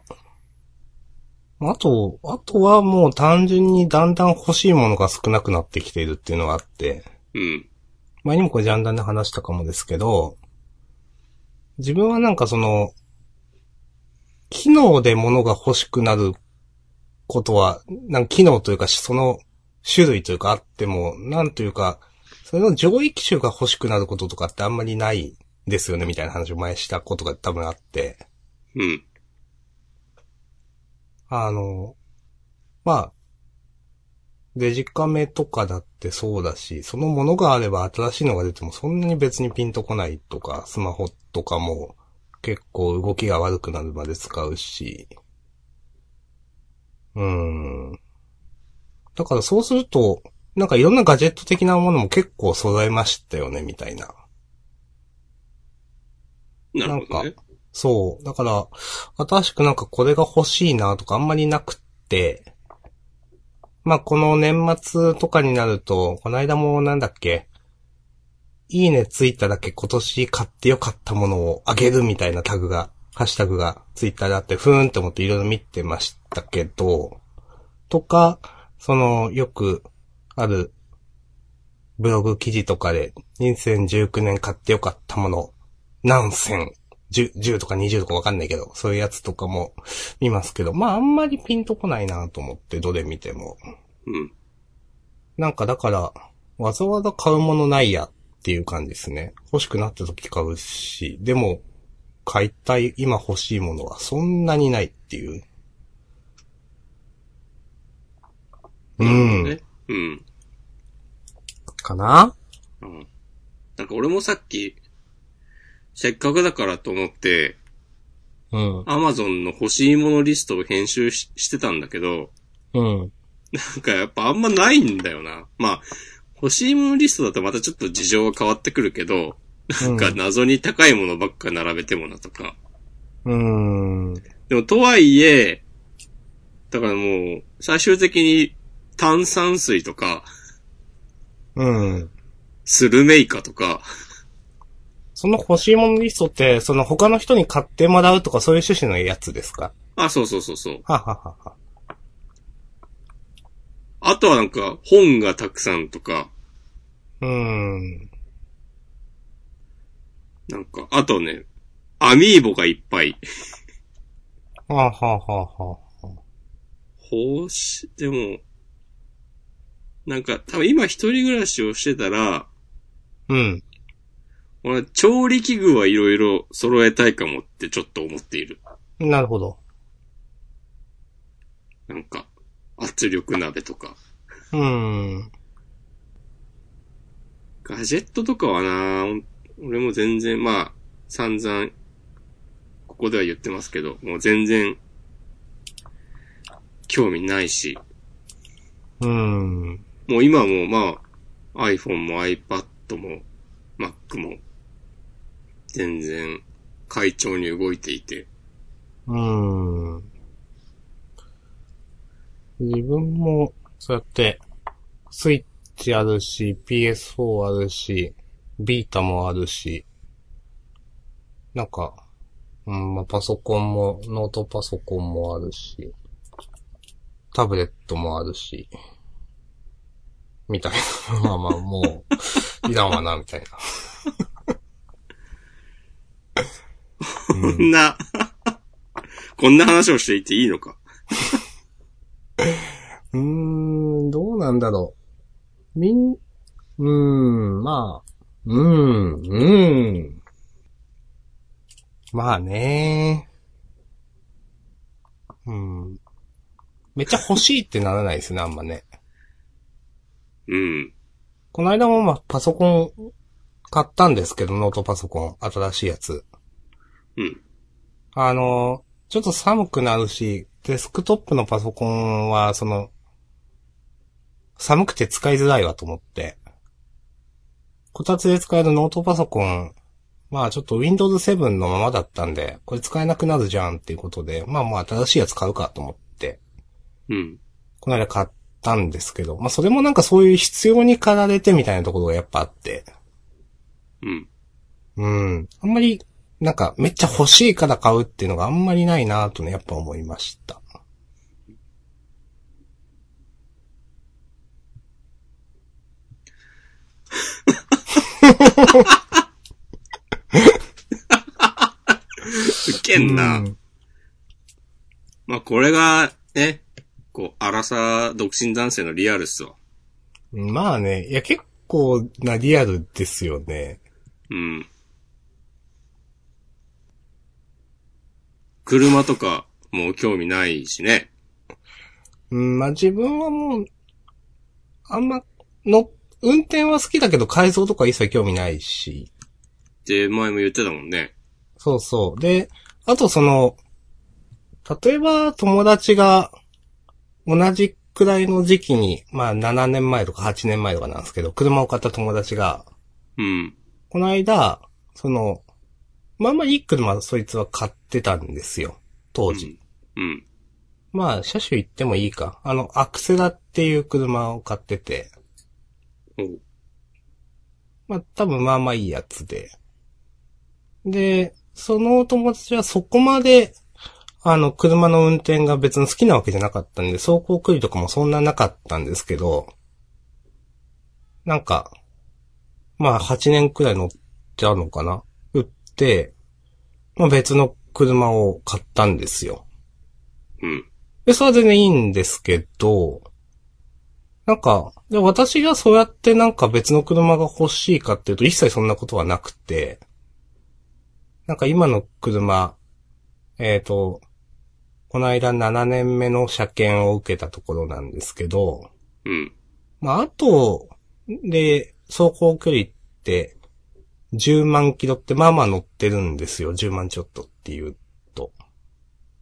Speaker 1: まああと、あとはもう単純にだんだん欲しいものが少なくなってきているっていうのがあって、
Speaker 2: うん。
Speaker 1: 前にもこれジャンダンで話したかもですけど、自分はなんかその、機能で物が欲しくなることは、なんか機能というか、その種類というかあっても、なんというか、それの上位機種が欲しくなることとかってあんまりないですよね、みたいな話を前したことが多分あって。
Speaker 2: うん。
Speaker 1: あの、まあ、デジカメとかだってそうだし、そのものがあれば新しいのが出てもそんなに別にピンとこないとか、スマホとかも結構動きが悪くなるまで使うし、うーん。だからそうすると、なんかいろんなガジェット的なものも結構揃えましたよね、みたいな。
Speaker 2: なるほど
Speaker 1: なん
Speaker 2: ね。
Speaker 1: そう。だから、新しくなんかこれが欲しいなとかあんまりなくって、まあこの年末とかになると、この間もなんだっけ、いいねついただけ今年買ってよかったものをあげるみたいなタグが、ハッシュタグがツイッターであって、ふーんって思っていろいろ見てましたけど、とか、その、よくあるブログ記事とかで、2019年買ってよかったもの、何千、10, 10とか20とかわかんないけど、そういうやつとかも見ますけど、まああんまりピンとこないなと思って、どれ見ても。
Speaker 2: うん。
Speaker 1: なんかだから、わざわざ買うものないやっていう感じですね。欲しくなった時買うし、でも、買いたい、今欲しいものはそんなにないっていう。う
Speaker 2: ね
Speaker 1: ん。。
Speaker 2: うん。
Speaker 1: かな
Speaker 2: うん。なんか俺もさっき、せっかくだからと思って、
Speaker 1: うん。
Speaker 2: アマゾンの欲しいものリストを編集ししてたんだけど、
Speaker 1: うん。
Speaker 2: なんかやっぱあんまないんだよな。まあ、欲しいものリストだとまたちょっと事情が変わってくるけど、なんか謎に高いものばっか並べてもなとか。
Speaker 1: うん。
Speaker 2: でもとはいえ、だからもう、最終的に炭酸水とか、
Speaker 1: うん。
Speaker 2: スルメイカとか、
Speaker 1: その欲しいものリストって、その他の人に買ってもらうとかそういう趣旨のやつですか
Speaker 2: あ、そうそうそうそう。
Speaker 1: はははは。
Speaker 2: あとはなんか、本がたくさんとか、
Speaker 1: うーん。
Speaker 2: なんか、あとね、アミーボがいっぱい。
Speaker 1: はあ、はあはあはあ。
Speaker 2: ほうし、でも、なんか、多分今一人暮らしをしてたら、
Speaker 1: うん。
Speaker 2: 俺、調理器具はいろいろ揃えたいかもってちょっと思っている。
Speaker 1: なるほど。
Speaker 2: なんか、圧力鍋とか。
Speaker 1: うーん。
Speaker 2: ガジェットとかはなおん俺も全然、まあ、散々、ここでは言ってますけど、もう全然、興味ないし、
Speaker 1: うーん。
Speaker 2: もう今もまあ、iPhone も iPad も Mac も、全然、快調に動いていて、
Speaker 1: うーん。自分も、そうやって、スイッチあるし、PS4 あるし、ビータもあるし、なんか、うん、まあ、パソコンも、ノートパソコンもあるし、タブレットもあるし、みたいな。 まあまあ、もう、いらんわな、みたいな。う
Speaker 2: こ
Speaker 1: ん
Speaker 2: んな、 こんな話をしていていいのか。
Speaker 1: うーん、どうなんだろう。みん、うーん、まあ、うーん、うーん。まあねうん。めっちゃ欲しいってならないですね、あんまね。
Speaker 2: うん。
Speaker 1: この間もまあ、パソコン買ったんですけど、ノートパソコン、新しいやつ。
Speaker 2: うん。
Speaker 1: あの、ちょっと寒くなるし、デスクトップのパソコンは、その、寒くて使いづらいわと思って。こたつで使えるノートパソコン、まあちょっと Windows 7のままだったんで、これ使えなくなるじゃんっていうことで、まあもう新しいやつ買うかと思って、
Speaker 2: うん。
Speaker 1: この間買ったんですけど、まあそれもなんかそういう必要に駆られてみたいなところがやっぱあって、
Speaker 2: うん。
Speaker 1: うん。あんまり、なんかめっちゃ欲しいから買うっていうのがあんまりないなぁとね、やっぱ思いました。
Speaker 2: ウケんな。
Speaker 1: うん
Speaker 2: まあこれが、ね、こう、荒さ独身男性のリアルっすわ。
Speaker 1: まあね、いや結構なリアルですよね。
Speaker 2: うん。車とか、もう興味ないしね。
Speaker 1: うん、まあ自分はもう、あんま、の、運転は好きだけど改造とか一切興味ないし。
Speaker 2: って前も言ってたもんね。
Speaker 1: そうそう。で、あとその、例えば友達が同じくらいの時期に、まあ7年前とか8年前とかなんですけど、車を買った友達が、
Speaker 2: うん。
Speaker 1: この間、その、まあまあいい車そいつは買ってたんですよ。当時。
Speaker 2: うん。
Speaker 1: まあ車種言ってもいいか。あの、アクセラっていう車を買ってて、
Speaker 2: おう
Speaker 1: まあ多分まあまあいいやつで。で、その友達はそこまで、あの、車の運転が別に好きなわけじゃなかったんで、走行距離とかもそんななかったんですけど、なんか、まあ8年くらい乗っちゃうのかな売って、まあ別の車を買ったんですよ。
Speaker 2: うん。
Speaker 1: で、それは全然いいんですけど、なんか、で私がそうやってなんか別の車が欲しいかっていうと一切そんなことはなくて、なんか今の車、えっ、と、この間7年目の車検を受けたところなんですけど、
Speaker 2: うん。
Speaker 1: まあ、あと、で、走行距離って、10万キロってまあまあ乗ってるんですよ。10万ちょっとっていうと。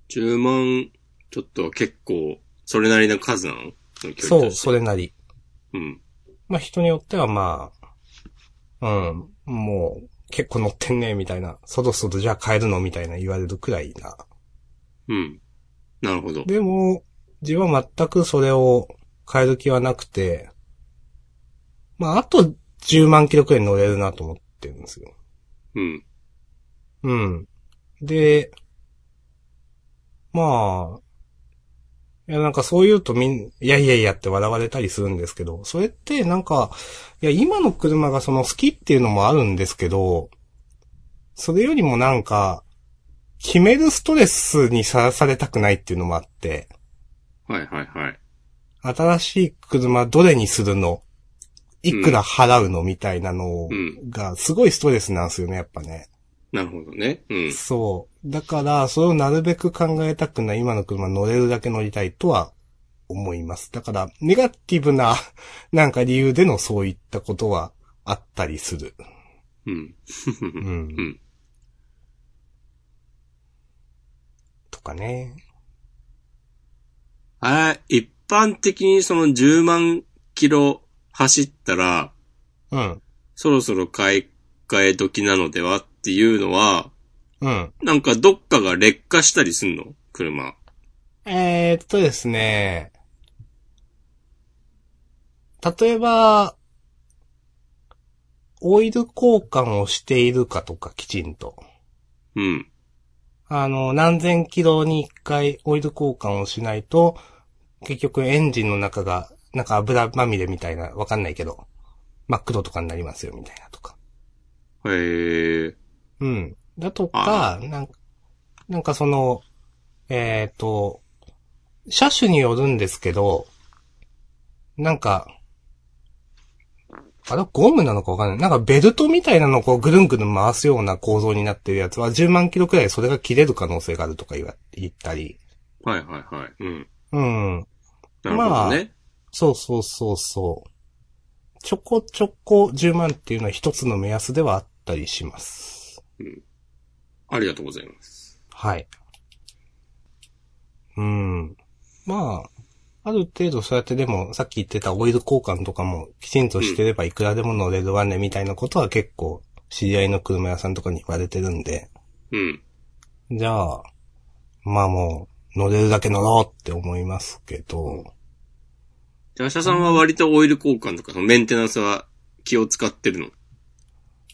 Speaker 2: 10万、ちょっとは結構、それなりの数なのその距離
Speaker 1: そう、
Speaker 2: として
Speaker 1: それなり。
Speaker 2: うん。
Speaker 1: まあ人によってはまあ、うん、もう結構乗ってんねみたいな、そろそろじゃあ帰るのみたいな言われるくらいな。
Speaker 2: うん。なるほど。
Speaker 1: でも、自分は全くそれを変える気はなくて、まああと10万キロくらい乗れるなと思ってるんですよ。
Speaker 2: うん。
Speaker 1: うん。で、まあ、いやなんかそう言うとみん、いやいやいやって笑われたりするんですけど、それってなんか、いや今の車がその好きっていうのもあるんですけど、それよりもなんか、決めるストレスにさらされたくないっていうのもあって、
Speaker 2: はいはいはい。
Speaker 1: 新しい車どれにするのいくら払うの、みたいなの
Speaker 2: うん
Speaker 1: が、すごいストレスなんですよね、やっぱね。
Speaker 2: なるほどね。うん。
Speaker 1: そう。だから、それをなるべく考えたくない今の車乗れるだけ乗りたいとは思います。だから、ネガティブな、 なんか理由でのそういったことはあったりする。
Speaker 2: うん。
Speaker 1: う。
Speaker 2: うんん。
Speaker 1: とかね。
Speaker 2: あれ、一般的にその10万キロ走ったら、
Speaker 1: うん。
Speaker 2: そろそろ買い替え時なのではっていうのは、
Speaker 1: うん。
Speaker 2: なんかどっかが劣化したりすんの車。
Speaker 1: えー、っとですね。例えば、オイル交換をしているかとか、きちんと。
Speaker 2: うん。
Speaker 1: あの、何千キロに一回オイル交換をしないと、結局エンジンの中が、なんか油まみれみたいな、わかんないけど、真っ黒とかになりますよ、みたいなとか。
Speaker 2: へえ。
Speaker 1: うん。だとか、なんか、なんかその、えっ、と、車種によるんですけど、なんか、あれゴムなのかわかんない。なんかベルトみたいなのをこうぐるんぐるん回すような構造になってるやつは10万キロくらいそれが切れる可能性があるとか言わ言ったり。
Speaker 2: はいはいはい。うん。
Speaker 1: うん。
Speaker 2: なるほどね。
Speaker 1: そうそうそうそう。ちょこちょこ10万っていうのは一つの目安ではあったりします。
Speaker 2: あ、りがとうございます。
Speaker 1: はい。うん。まあ、ある程度そうやってでも、さっき言ってたオイル交換とかもきちんとしてればいくらでも乗れるわねみたいなことは結構知り合いの車屋さんとかに言われてるんで、
Speaker 2: うん。
Speaker 1: じゃあ、まあもう乗れるだけ乗ろうって思いますけど、
Speaker 2: じゃあ、社さんは割とオイル交換とか、そのメンテナンスは気を使ってるの。
Speaker 1: う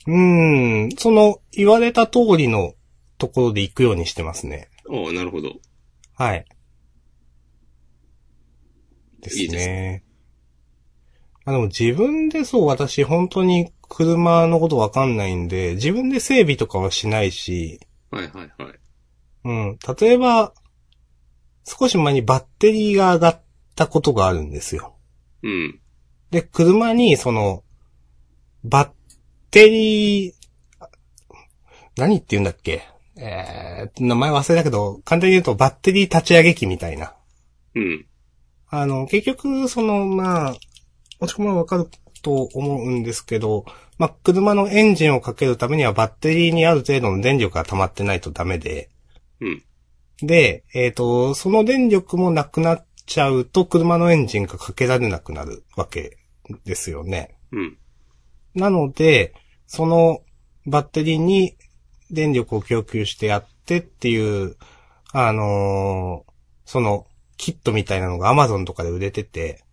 Speaker 1: ーん、その、言われた通りのところで行くようにしてますね。
Speaker 2: おうなるほど。
Speaker 1: はい。ですね。
Speaker 2: いいです
Speaker 1: まあでも自分でそう、私本当に車のことわかんないんで、自分で整備とかはしないし、
Speaker 2: はいはいはい。
Speaker 1: うん。例えば、少し前にバッテリーが上がったことがあるんですよ。
Speaker 2: うん。
Speaker 1: で、車に、その、バッテリー、何って言うんだっけえー、名前忘れたけど、簡単に言うとバッテリー立ち上げ機みたいな。
Speaker 2: うん。
Speaker 1: あの、結局、その、まあ、もしくはわかると思うんですけど、まあ、車のエンジンをかけるためにはバッテリーにある程度の電力が溜まってないとダメで、
Speaker 2: うん。
Speaker 1: で、えっ、と、その電力もなくなっちゃうと車のエンジンがかけられなくなるわけですよね。
Speaker 2: うん。
Speaker 1: なので、そのバッテリーに電力を供給してやってっていう、あのーそのキットみたいなのが Amazon とかで売れてて、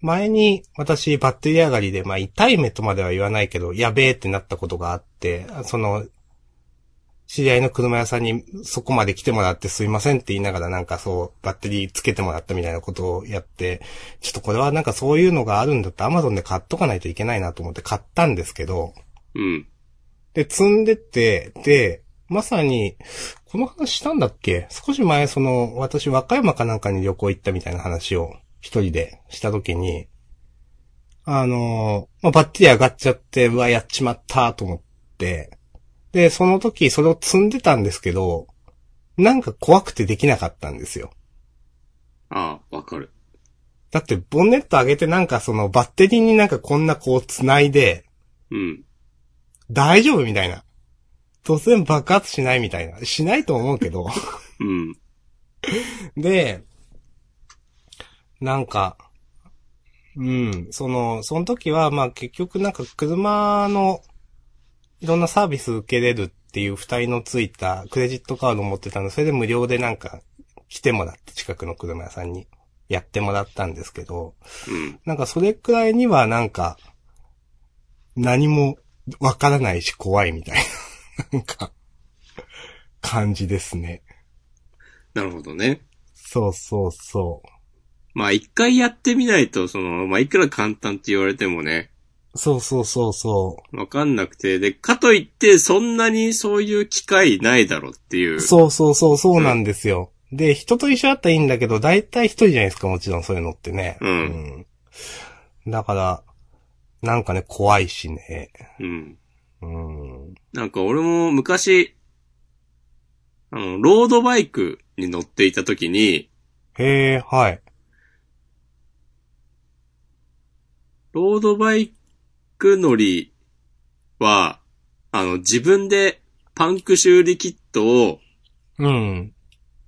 Speaker 1: 前に私バッテリー上がりで、まあ痛い目とまでは言わないけど、やべえってなったことがあって、その、知り合いの車屋さんにそこまで来てもらってすいませんって言いながらなんかそうバッテリーつけてもらったみたいなことをやって、ちょっとこれはなんかそういうのがあるんだったら Amazon で買っとかないといけないなと思って買ったんですけど、
Speaker 2: うん。
Speaker 1: で、積んでって、で、まさに、この話したんだっけ少し前、その、私、和歌山かなんかに旅行行ったみたいな話を、一人でしたときに、あのーまあ、バッテリー上がっちゃって、うわ、やっちまった、と思って、で、その時、それを積んでたんですけど、なんか怖くてできなかったんですよ。
Speaker 2: ああ、わかる。
Speaker 1: だって、ボンネット上げてなんかそのバッテリーになんかこんなこう繋いで、
Speaker 2: うん。
Speaker 1: 大丈夫みたいな。突然爆発しないみたいな。しないと思うけど。
Speaker 2: うん。
Speaker 1: で、なんか、うん、その、その時は、まあ結局なんか車のいろんなサービス受けれるっていう二人のついたクレジットカードを持ってたので、それで無料でなんか来てもらって近くの車屋さんにやってもらったんですけど、
Speaker 2: うん。
Speaker 1: なんかそれくらいにはなんか、何もわからないし怖いみたいな、 なんか、感じですね。
Speaker 2: なるほどね。
Speaker 1: そうそうそ
Speaker 2: まあ一回やってみないと、その、まあいくら簡単って言われてもね、
Speaker 1: う。そうそうそうそ。
Speaker 2: わかんなくて、で、かといってそんなにそういう機会ないだろうっていうう。
Speaker 1: そうそうそうそうなんですよ。で、人と一緒だったらいいんだけど、大体一人じゃないですか、もちろんそういうのってね。
Speaker 2: うん
Speaker 1: うんだから、なんかね、怖いしね。
Speaker 2: うん。
Speaker 1: うん。
Speaker 2: なんか俺も昔、あの、ロードバイクに乗っていた時に、
Speaker 1: へえ、はい。
Speaker 2: ロードバイク乗りは、あの、自分でパンク修理キットを、
Speaker 1: うん。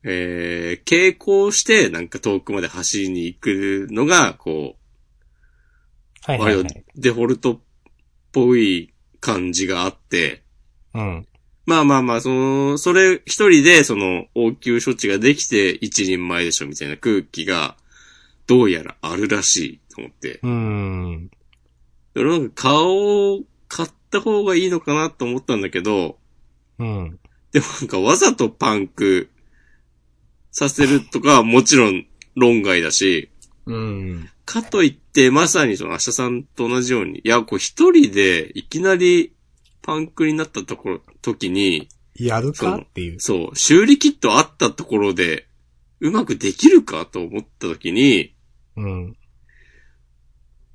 Speaker 2: えー、傾向して、なんか遠くまで走りに行くのが、こ
Speaker 1: は
Speaker 2: う、
Speaker 1: いはい、は
Speaker 2: あれ
Speaker 1: い。
Speaker 2: デフォルトっぽい感じがあって、
Speaker 1: うん。
Speaker 2: まあまあまあ、その、それ一人で、その、応急処置ができて一人前でしょ、みたいな空気が、どうやらあるらしい、と思って。
Speaker 1: うん。
Speaker 2: で俺なんか顔を買った方がいいのかなと思ったんだけど、
Speaker 1: うん。
Speaker 2: でもなんかわざとパンクさせるとかはもちろん論外だし、
Speaker 1: うん。
Speaker 2: かといってまさにその明日さんと同じように、いや、こう一人でいきなりパンクになったところ、時に、
Speaker 1: やる
Speaker 2: そ
Speaker 1: か
Speaker 2: う
Speaker 1: っていう。
Speaker 2: そう、修理キットあったところで、うまくできるかと思った時に、
Speaker 1: うん。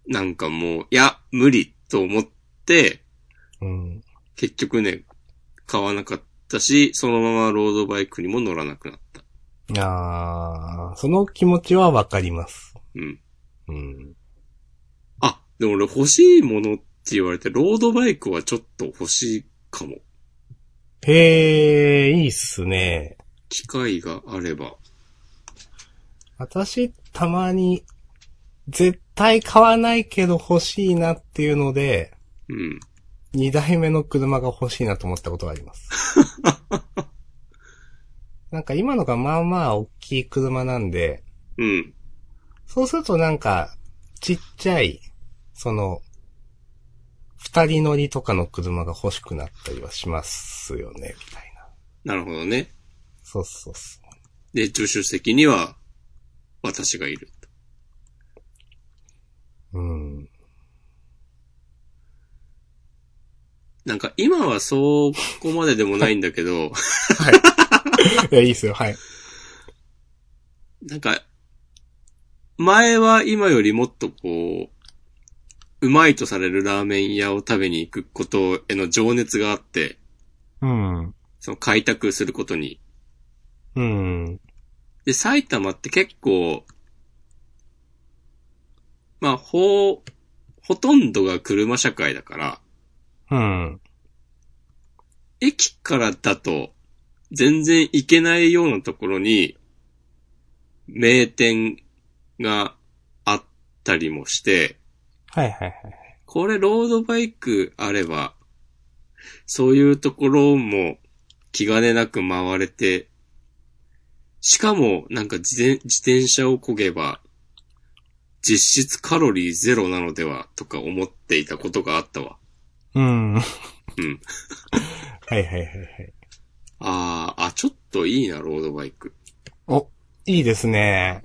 Speaker 2: なんかもう、いや、無理と思って、
Speaker 1: うん。
Speaker 2: 結局ね、買わなかったし、そのままロードバイクにも乗らなくなった。
Speaker 1: あーその気持ちはわかります。
Speaker 2: うん。
Speaker 1: うん。
Speaker 2: あ、でも俺欲しいものって言われて、ロードバイクはちょっと欲しいかも。
Speaker 1: へえ、いいっすね。
Speaker 2: 機会があれば。
Speaker 1: 私、たまに、絶対買わないけど欲しいなっていうので、
Speaker 2: うん。
Speaker 1: 二台目の車が欲しいなと思ったことがあります。なんか今のがまあまあ大きい車なんで、
Speaker 2: うん。
Speaker 1: そうするとなんか、ちっちゃい、その、二人乗りとかの車が欲しくなったりはしますよね、みたいな。
Speaker 2: なるほどね。
Speaker 1: そうそうそう。
Speaker 2: で、助手席には、私がいる。
Speaker 1: うん。
Speaker 2: なんか、今はそこまででもないんだけど、
Speaker 1: いや、いいっすよ、はい。
Speaker 2: なんか、前は今よりもっとこう、うまいとされるラーメン屋を食べに行くことへの情熱があって、
Speaker 1: うん。
Speaker 2: その開拓することに。
Speaker 1: うん。
Speaker 2: で、埼玉って結構、まあ、ほう、ほとんどが車社会だから、
Speaker 1: うん。
Speaker 2: 駅からだと、全然行けないようなところに、名店があったりもして、
Speaker 1: はいはいはい。
Speaker 2: これロードバイクあれば、そういうところも気兼ねなく回れて、しかもなんか自転自転車を漕げば、実質カロリーゼロなのではとか思っていたことがあったわ。
Speaker 1: うん。うん。
Speaker 2: ん
Speaker 1: はいはいはいはい。
Speaker 2: あーあ、ちょっといいな、ロードバイク。
Speaker 1: お、いいですね。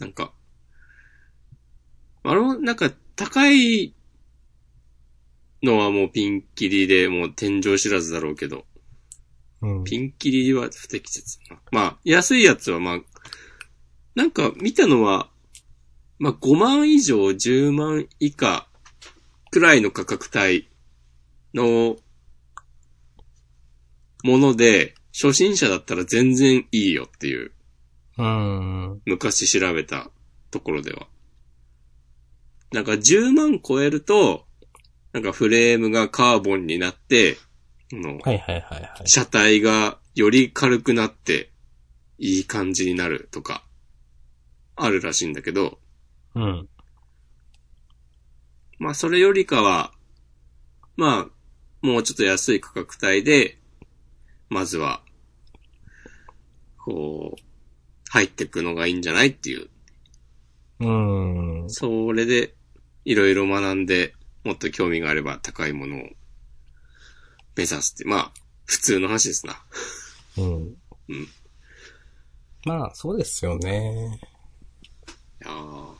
Speaker 2: なんか、あれもなんか高いのはもうピンキリで、もう天井知らずだろうけど、
Speaker 1: うん。
Speaker 2: ピンキリは不適切だな。まあ、安いやつはまあ、なんか見たのは、まあ5万以上10万以下くらいの価格帯のもので、初心者だったら全然いいよっていう、
Speaker 1: うん。
Speaker 2: 昔調べたところでは。なんか10万超えると、なんかフレームがカーボンになって、あの、
Speaker 1: はいはいはいはい。
Speaker 2: 車体がより軽くなって、いい感じになるとか、あるらしいんだけど、
Speaker 1: うん。
Speaker 2: まあそれよりかは、まあ、もうちょっと安い価格帯で、まずは、こう、入ってくのがいいんじゃないっていう。
Speaker 1: うん。
Speaker 2: それで、いろいろ学んで、もっと興味があれば高いものを目指すって、まあ、普通の話ですな。
Speaker 1: うん
Speaker 2: うん。
Speaker 1: まあ、そうですよね。
Speaker 2: いやー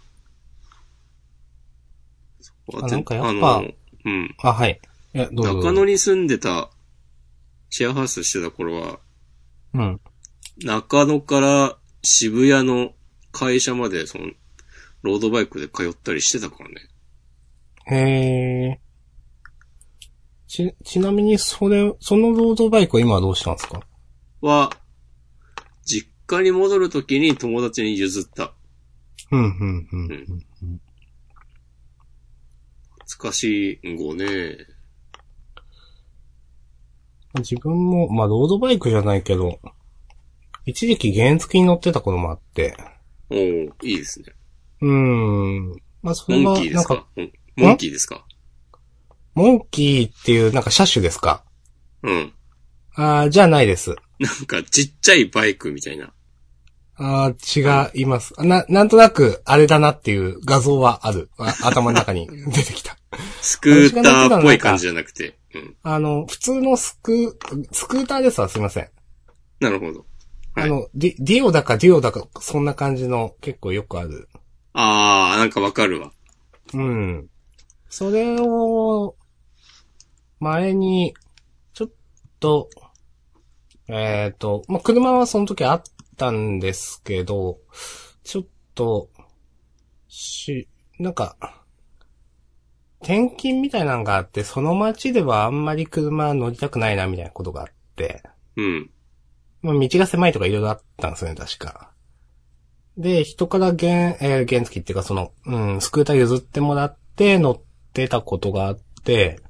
Speaker 2: そこ
Speaker 1: あ
Speaker 2: て
Speaker 1: なんかやっぱ
Speaker 2: あのうん。
Speaker 1: あ、はい。いや、どうぞ。
Speaker 2: 中野に住んでた、シェアハウスしてた頃は、
Speaker 1: うん。
Speaker 2: 中野から渋谷の会社まで、その、ロードバイクで通ったりしてたからね。
Speaker 1: へえ。ち、ちなみに、それ、そのロードバイクは今はどうしたんですか
Speaker 2: は、実家に戻るときに友達に譲った。
Speaker 1: うん、うん、うんうん。
Speaker 2: 懐かしいんごね。
Speaker 1: 自分も、まあ、ロードバイクじゃないけど、一時期原付に乗ってたこともあって、
Speaker 2: おーいいですね。
Speaker 1: うーん。まあ、それ
Speaker 2: モン
Speaker 1: は、
Speaker 2: キーで
Speaker 1: なん
Speaker 2: す
Speaker 1: か、
Speaker 2: かうんモンキーですか
Speaker 1: モンキーっていう、なんか車種ですか
Speaker 2: うん。
Speaker 1: ああ、じゃないです。
Speaker 2: なんかちっちゃいバイクみたいな。
Speaker 1: ああ、違います。あな、なんとなく、あれだなっていう画像はある。あ頭の中に出てきた。
Speaker 2: スクーターっぽい感じじゃなくて。うん。
Speaker 1: あの、普通のスク、スクーターですわ、すいません。
Speaker 2: なるほど。は
Speaker 1: あ
Speaker 2: い
Speaker 1: の、ディ、ディオだかディオだか、そんな感じの、結構よくある。
Speaker 2: あー、なんかわかるわ。
Speaker 1: うん。それを、前に、ちょっと、えっ、と、まあ、車はその時あったんですけど、ちょっと、し、なんか、転勤みたいなのがあって、その街ではあんまり車乗りたくないな、みたいなことがあって、
Speaker 2: うん。
Speaker 1: まあ、道が狭いとかいろいろあったんですよね、確か。で、人から原、えー原付っていうかその、うん、スクーター譲ってもらって乗ってたことがあって、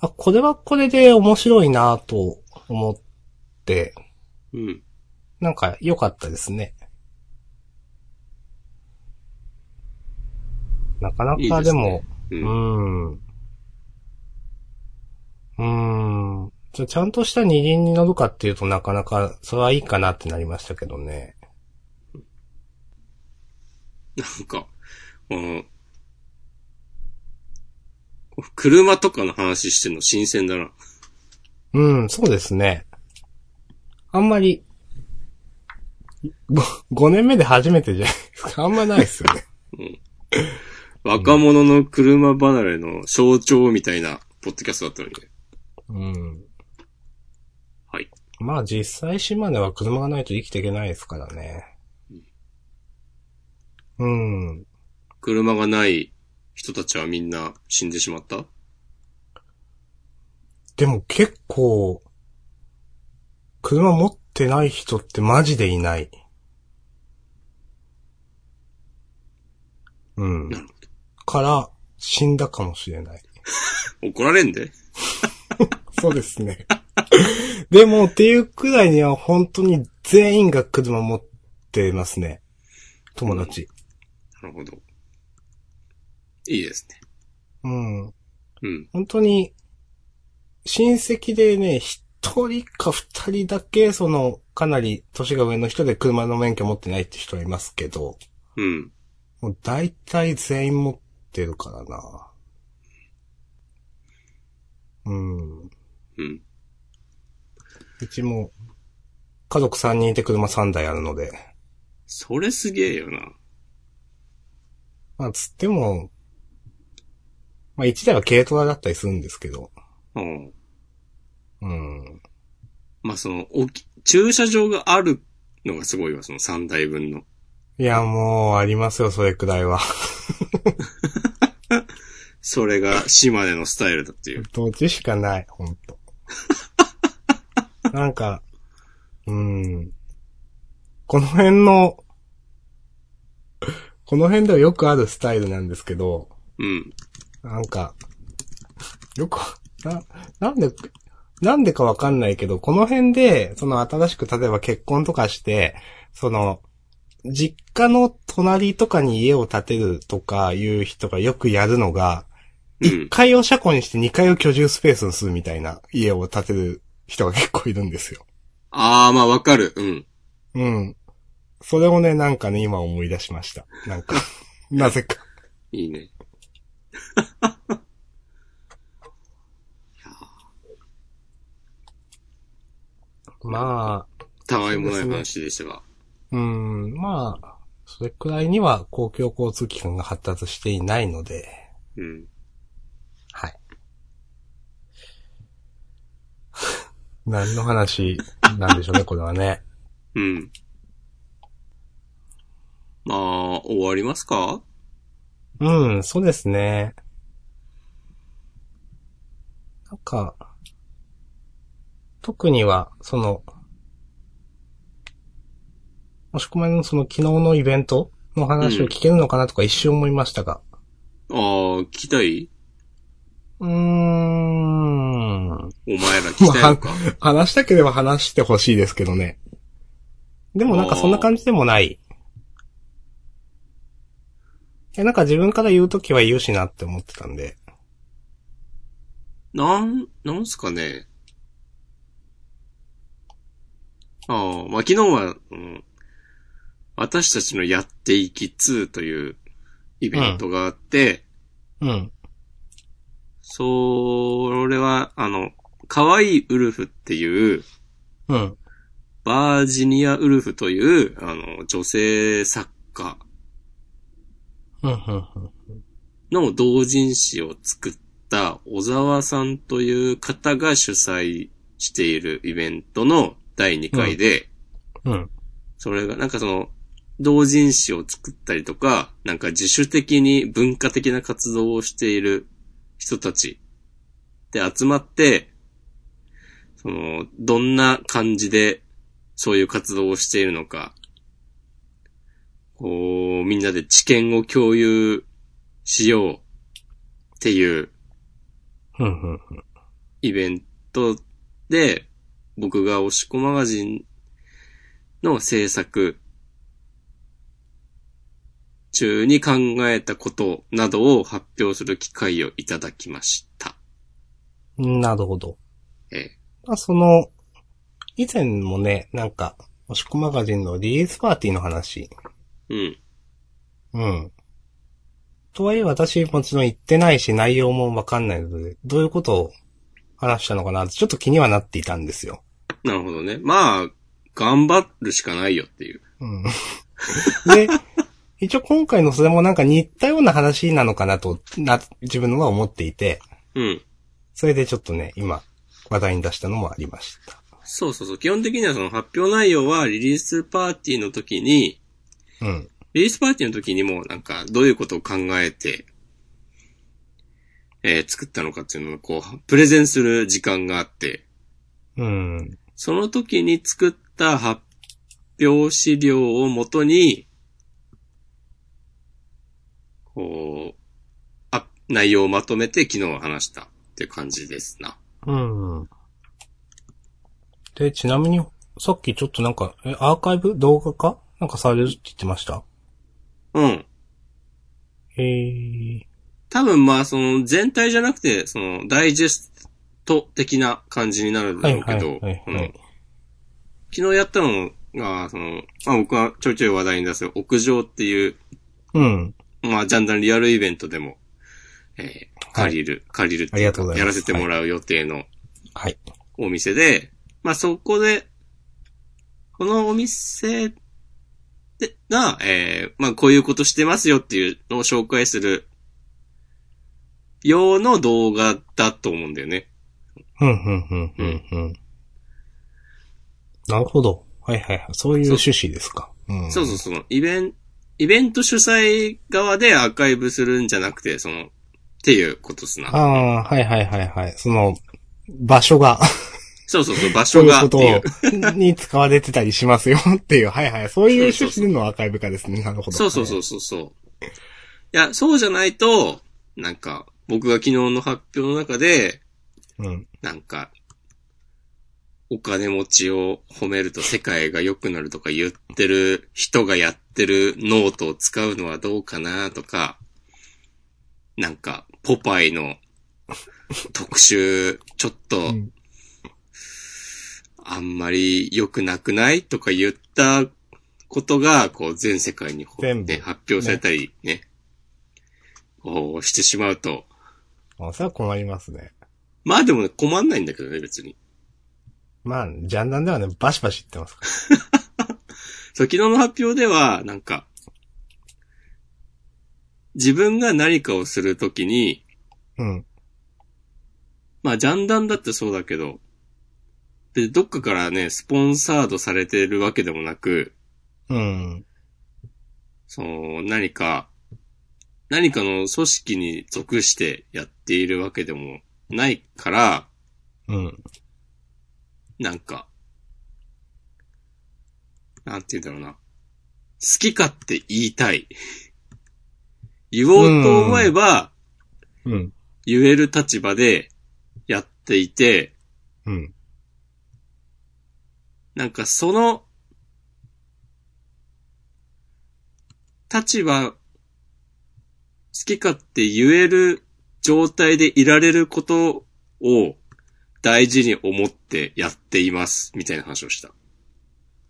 Speaker 1: あ、これはこれで面白いなと思って、
Speaker 2: うん。
Speaker 1: なんか良かったですね。なかない
Speaker 2: い
Speaker 1: か
Speaker 2: です
Speaker 1: でも、
Speaker 2: ねうん。
Speaker 1: うーん。うーん。じゃあちゃんとした二輪に乗るかっていうとなかなか、それはいいかなってなりましたけどね。
Speaker 2: なんか、この、車とかの話してんの新鮮だな。
Speaker 1: うん、そうですね。あんまり、5、5年目で初めてじゃないですか。あんまないですよね。
Speaker 2: 若者の車離れの象徴みたいな、ポッドキャストだったのに
Speaker 1: う
Speaker 2: ね。
Speaker 1: ん。
Speaker 2: はい。
Speaker 1: まあ実際島根は車がないと生きていけないですからね。うん。
Speaker 2: 車がない人たちはみんな死んでしまった
Speaker 1: でも結構、車持ってない人ってマジでいない。うん
Speaker 2: なるほ。
Speaker 1: から、死んだかもしれない。
Speaker 2: 怒られんで
Speaker 1: そうですね。 でも、っていうくらいには本当に全員が車持ってますね。友達。
Speaker 2: なるほど。いいですね。
Speaker 1: うん。
Speaker 2: うん。
Speaker 1: 本当に、親戚でね、一人か二人だけ、その、かなり年が上の人で車の免許持ってないって人はいますけど、
Speaker 2: うん。
Speaker 1: もう大体全員持ってるからな。うん。
Speaker 2: うん。
Speaker 1: うちも、家族三人いて車三台あるので、
Speaker 2: それすげえよな。
Speaker 1: まあ、つっても、まあ、一台は軽トラだったりするんですけど、
Speaker 2: うん。
Speaker 1: うん。
Speaker 2: まあ、その、おき、駐車場があるのがすごいわ、その3台分の。
Speaker 1: いや、もう、ありますよ、それくらいは。
Speaker 2: それが島根のスタイルだっていう。
Speaker 1: 土地しかない、ほん と。なんか、うん。この辺の、この辺ではよくあるスタイルなんですけど、
Speaker 2: うん。
Speaker 1: なんか、よく、な、なんで、なんでかわかんないけど、この辺で、その新しく例えば結婚とかして、その、実家の隣とかに家を建てるとかいう人がよくやるのが、
Speaker 2: う
Speaker 1: 1
Speaker 2: ん。
Speaker 1: 階を車庫にして2階を居住スペースにするみたいな家を建てる人が結構いるんですよ。
Speaker 2: ああ、まあわかる。うん。
Speaker 1: うん。それをね、なんかね、今思い出しました。なんか、なぜか。
Speaker 2: いいね。いや
Speaker 1: まあ、
Speaker 2: たわいもない話でしたが。
Speaker 1: うん、まあ、それくらいには公共交通機関が発達していないので、
Speaker 2: うん。
Speaker 1: はい。何の話なんでしょうね、こ れはね。
Speaker 2: うん。まあ、終わりますか
Speaker 1: うん、そうですね。なんか、特には、その、もしくまのその昨日のイベントの話を聞けるのかなとか一瞬思いましたが。
Speaker 2: ああ、聞きたいう
Speaker 1: ーん。
Speaker 2: お前ら聞きたいのか。
Speaker 1: 話したければ話してほしいですけどね。でもなんかそんな感じでもない。え、なんか自分から言うときは言うしなって思ってたんで。
Speaker 2: なん、なんすかね。ああ、まあ、昨日は、うん、私たちのやっていき2というイベントがあって、
Speaker 1: うん。
Speaker 2: それは、あの、可愛いウルフっていう、
Speaker 1: うん。
Speaker 2: バージニア・ウルフという、あの、女性作家
Speaker 1: うん、うん、うん。
Speaker 2: の同人誌を作った小沢さんという方が主催しているイベントの第2回で、
Speaker 1: うん。
Speaker 2: それが、なんかその、同人誌を作ったりとか、なんか自主的に文化的な活動をしている人たちで集まって、その、どんな感じでそういう活動をしているのか、こう、みんなで知見を共有しようっていう
Speaker 1: うん、うん。
Speaker 2: イベントで、僕がおしこマガジンの制作中に考えたことなどを発表する機会をいただきました。
Speaker 1: うんなるほど。
Speaker 2: え
Speaker 1: まあ、その、以前もね、なんか、おしっこマガジンのリリースパーティーの話。
Speaker 2: えうん。
Speaker 1: うん。とはいえ私もちろん言ってないし内容もわかんないので、どういうことを話したのかなってちょっと気にはなっていたんですよ。
Speaker 2: なるほどね。まあ、頑張るしかないよっていう。
Speaker 1: うん。 で、一応今回のそれもなんか似たような話なのかなと、な、自分は思っていて、
Speaker 2: うん。
Speaker 1: それでちょっとね、今、話題に出したのもありました。
Speaker 2: そうそうそう。基本的にはその発表内容はリリースパーティーの時に、
Speaker 1: うん。
Speaker 2: リリースパーティーの時にも、なんか、どういうことを考えて、えー作ったのかっていうのを、こう、プレゼンする時間があって、
Speaker 1: うん。
Speaker 2: その時に作った発表資料をもとに、こう、あ、内容をまとめて昨日話したっていう感じですな。
Speaker 1: うん。で、ちなみに、さっきちょっとなんか、え、アーカイブ動画化なんかされるって言ってました
Speaker 2: うん。
Speaker 1: へえ。
Speaker 2: 多分まあ、その全体じゃなくて、そのダイジェスト的な感じになるんだろうけど、
Speaker 1: はいはいはい
Speaker 2: こ
Speaker 1: は
Speaker 2: の
Speaker 1: い
Speaker 2: 昨日やったのが、その、まあ僕はちょいちょい話題に出す屋上っていう、
Speaker 1: うん。
Speaker 2: まあジャンダンリアルイベントでも、えー
Speaker 1: はい
Speaker 2: 借りる、借りるって
Speaker 1: ありがとうござい
Speaker 2: や
Speaker 1: ま
Speaker 2: ら
Speaker 1: す
Speaker 2: せてもらう予定の
Speaker 1: はい。
Speaker 2: お店で、まあそこで、このお店でが、えーまあこういうことしてますよっていうのを紹介する用の動画だと思うんだよね。
Speaker 1: うん、うん、うん、うん、うん。なるほど。はいはいはい。そういう趣旨ですか。うん。
Speaker 2: そうそうそう。イベン、イベント主催側でアーカイブするんじゃなくて、その、っていうことっすな。
Speaker 1: ああ、はいはいはいはい。その、場所が、
Speaker 2: そうそうそう、場
Speaker 1: そ
Speaker 2: 所
Speaker 1: うい
Speaker 2: が
Speaker 1: うこ
Speaker 2: って
Speaker 1: と
Speaker 2: いう。
Speaker 1: をに使われてたりしますよっていう、はいはい。そういう趣旨でのアーカイブ化ですね。なるほど。
Speaker 2: そうそうそうそうそう。いや、そうじゃないと、なんか、僕が昨日の発表の中で、
Speaker 1: う。うん。
Speaker 2: なんか、お金持ちを褒めると世界が良くなるとか言ってる人がやってるノートを使うのはどうかなとか、なんか、ポパイの 特集、ちょっと
Speaker 1: うん、
Speaker 2: あんまり良くなくないとか言ったことが、こう、全世界に、
Speaker 1: 全部
Speaker 2: ね、発表されたりね、こうしてしまうと、
Speaker 1: あそれは困りますね。
Speaker 2: まあでもね、困んないんだけどね、別に。
Speaker 1: まあ、ジャンダンではね、バシバシ言ってますか
Speaker 2: そう、昨日の発表では、なんか、自分が何かをするときに、
Speaker 1: ら。うん。
Speaker 2: まあ、ジャンダンだってそうだけど、で、どっかからね、スポンサードされてるわけでもなく、
Speaker 1: うん。
Speaker 2: その、何か、何かの組織に属してやっているわけでもないから、
Speaker 1: うん。
Speaker 2: なんか、なんて言うんだろうな。好きかって言いたい。言おうと思えば、
Speaker 1: うん。
Speaker 2: 言える立場でやっていて、
Speaker 1: うん。
Speaker 2: なんかその、立場、好きかって言える状態でいられることを大事に思ってやっています、みたいな話をした。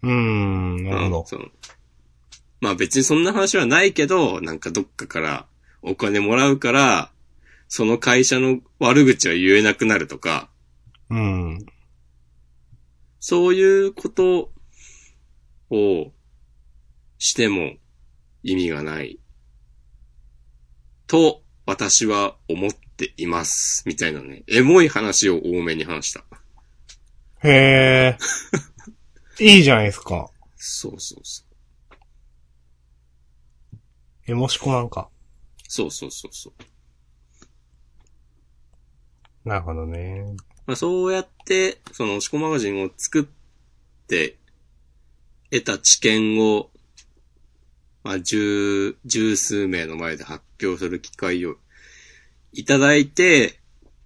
Speaker 1: うん。なるほ
Speaker 2: う
Speaker 1: ど
Speaker 2: ん。そのまあ別にそんな話はないけど、なんかどっかからお金もらうから、その会社の悪口は言えなくなるとか、
Speaker 1: うん。
Speaker 2: そういうことをしても意味がない。と、私は思っています。みたいなね。エモい話を多めに話した。
Speaker 1: へえ。いいじゃないですか。
Speaker 2: そうそうそう。
Speaker 1: え、もしこなんか。
Speaker 2: そうそうそうそう。
Speaker 1: なるほどね。
Speaker 2: まあ、そうやって、その、押し子マガジンを作って、得た知見を、まあ、十、十数名の前で発表する機会をいただいて、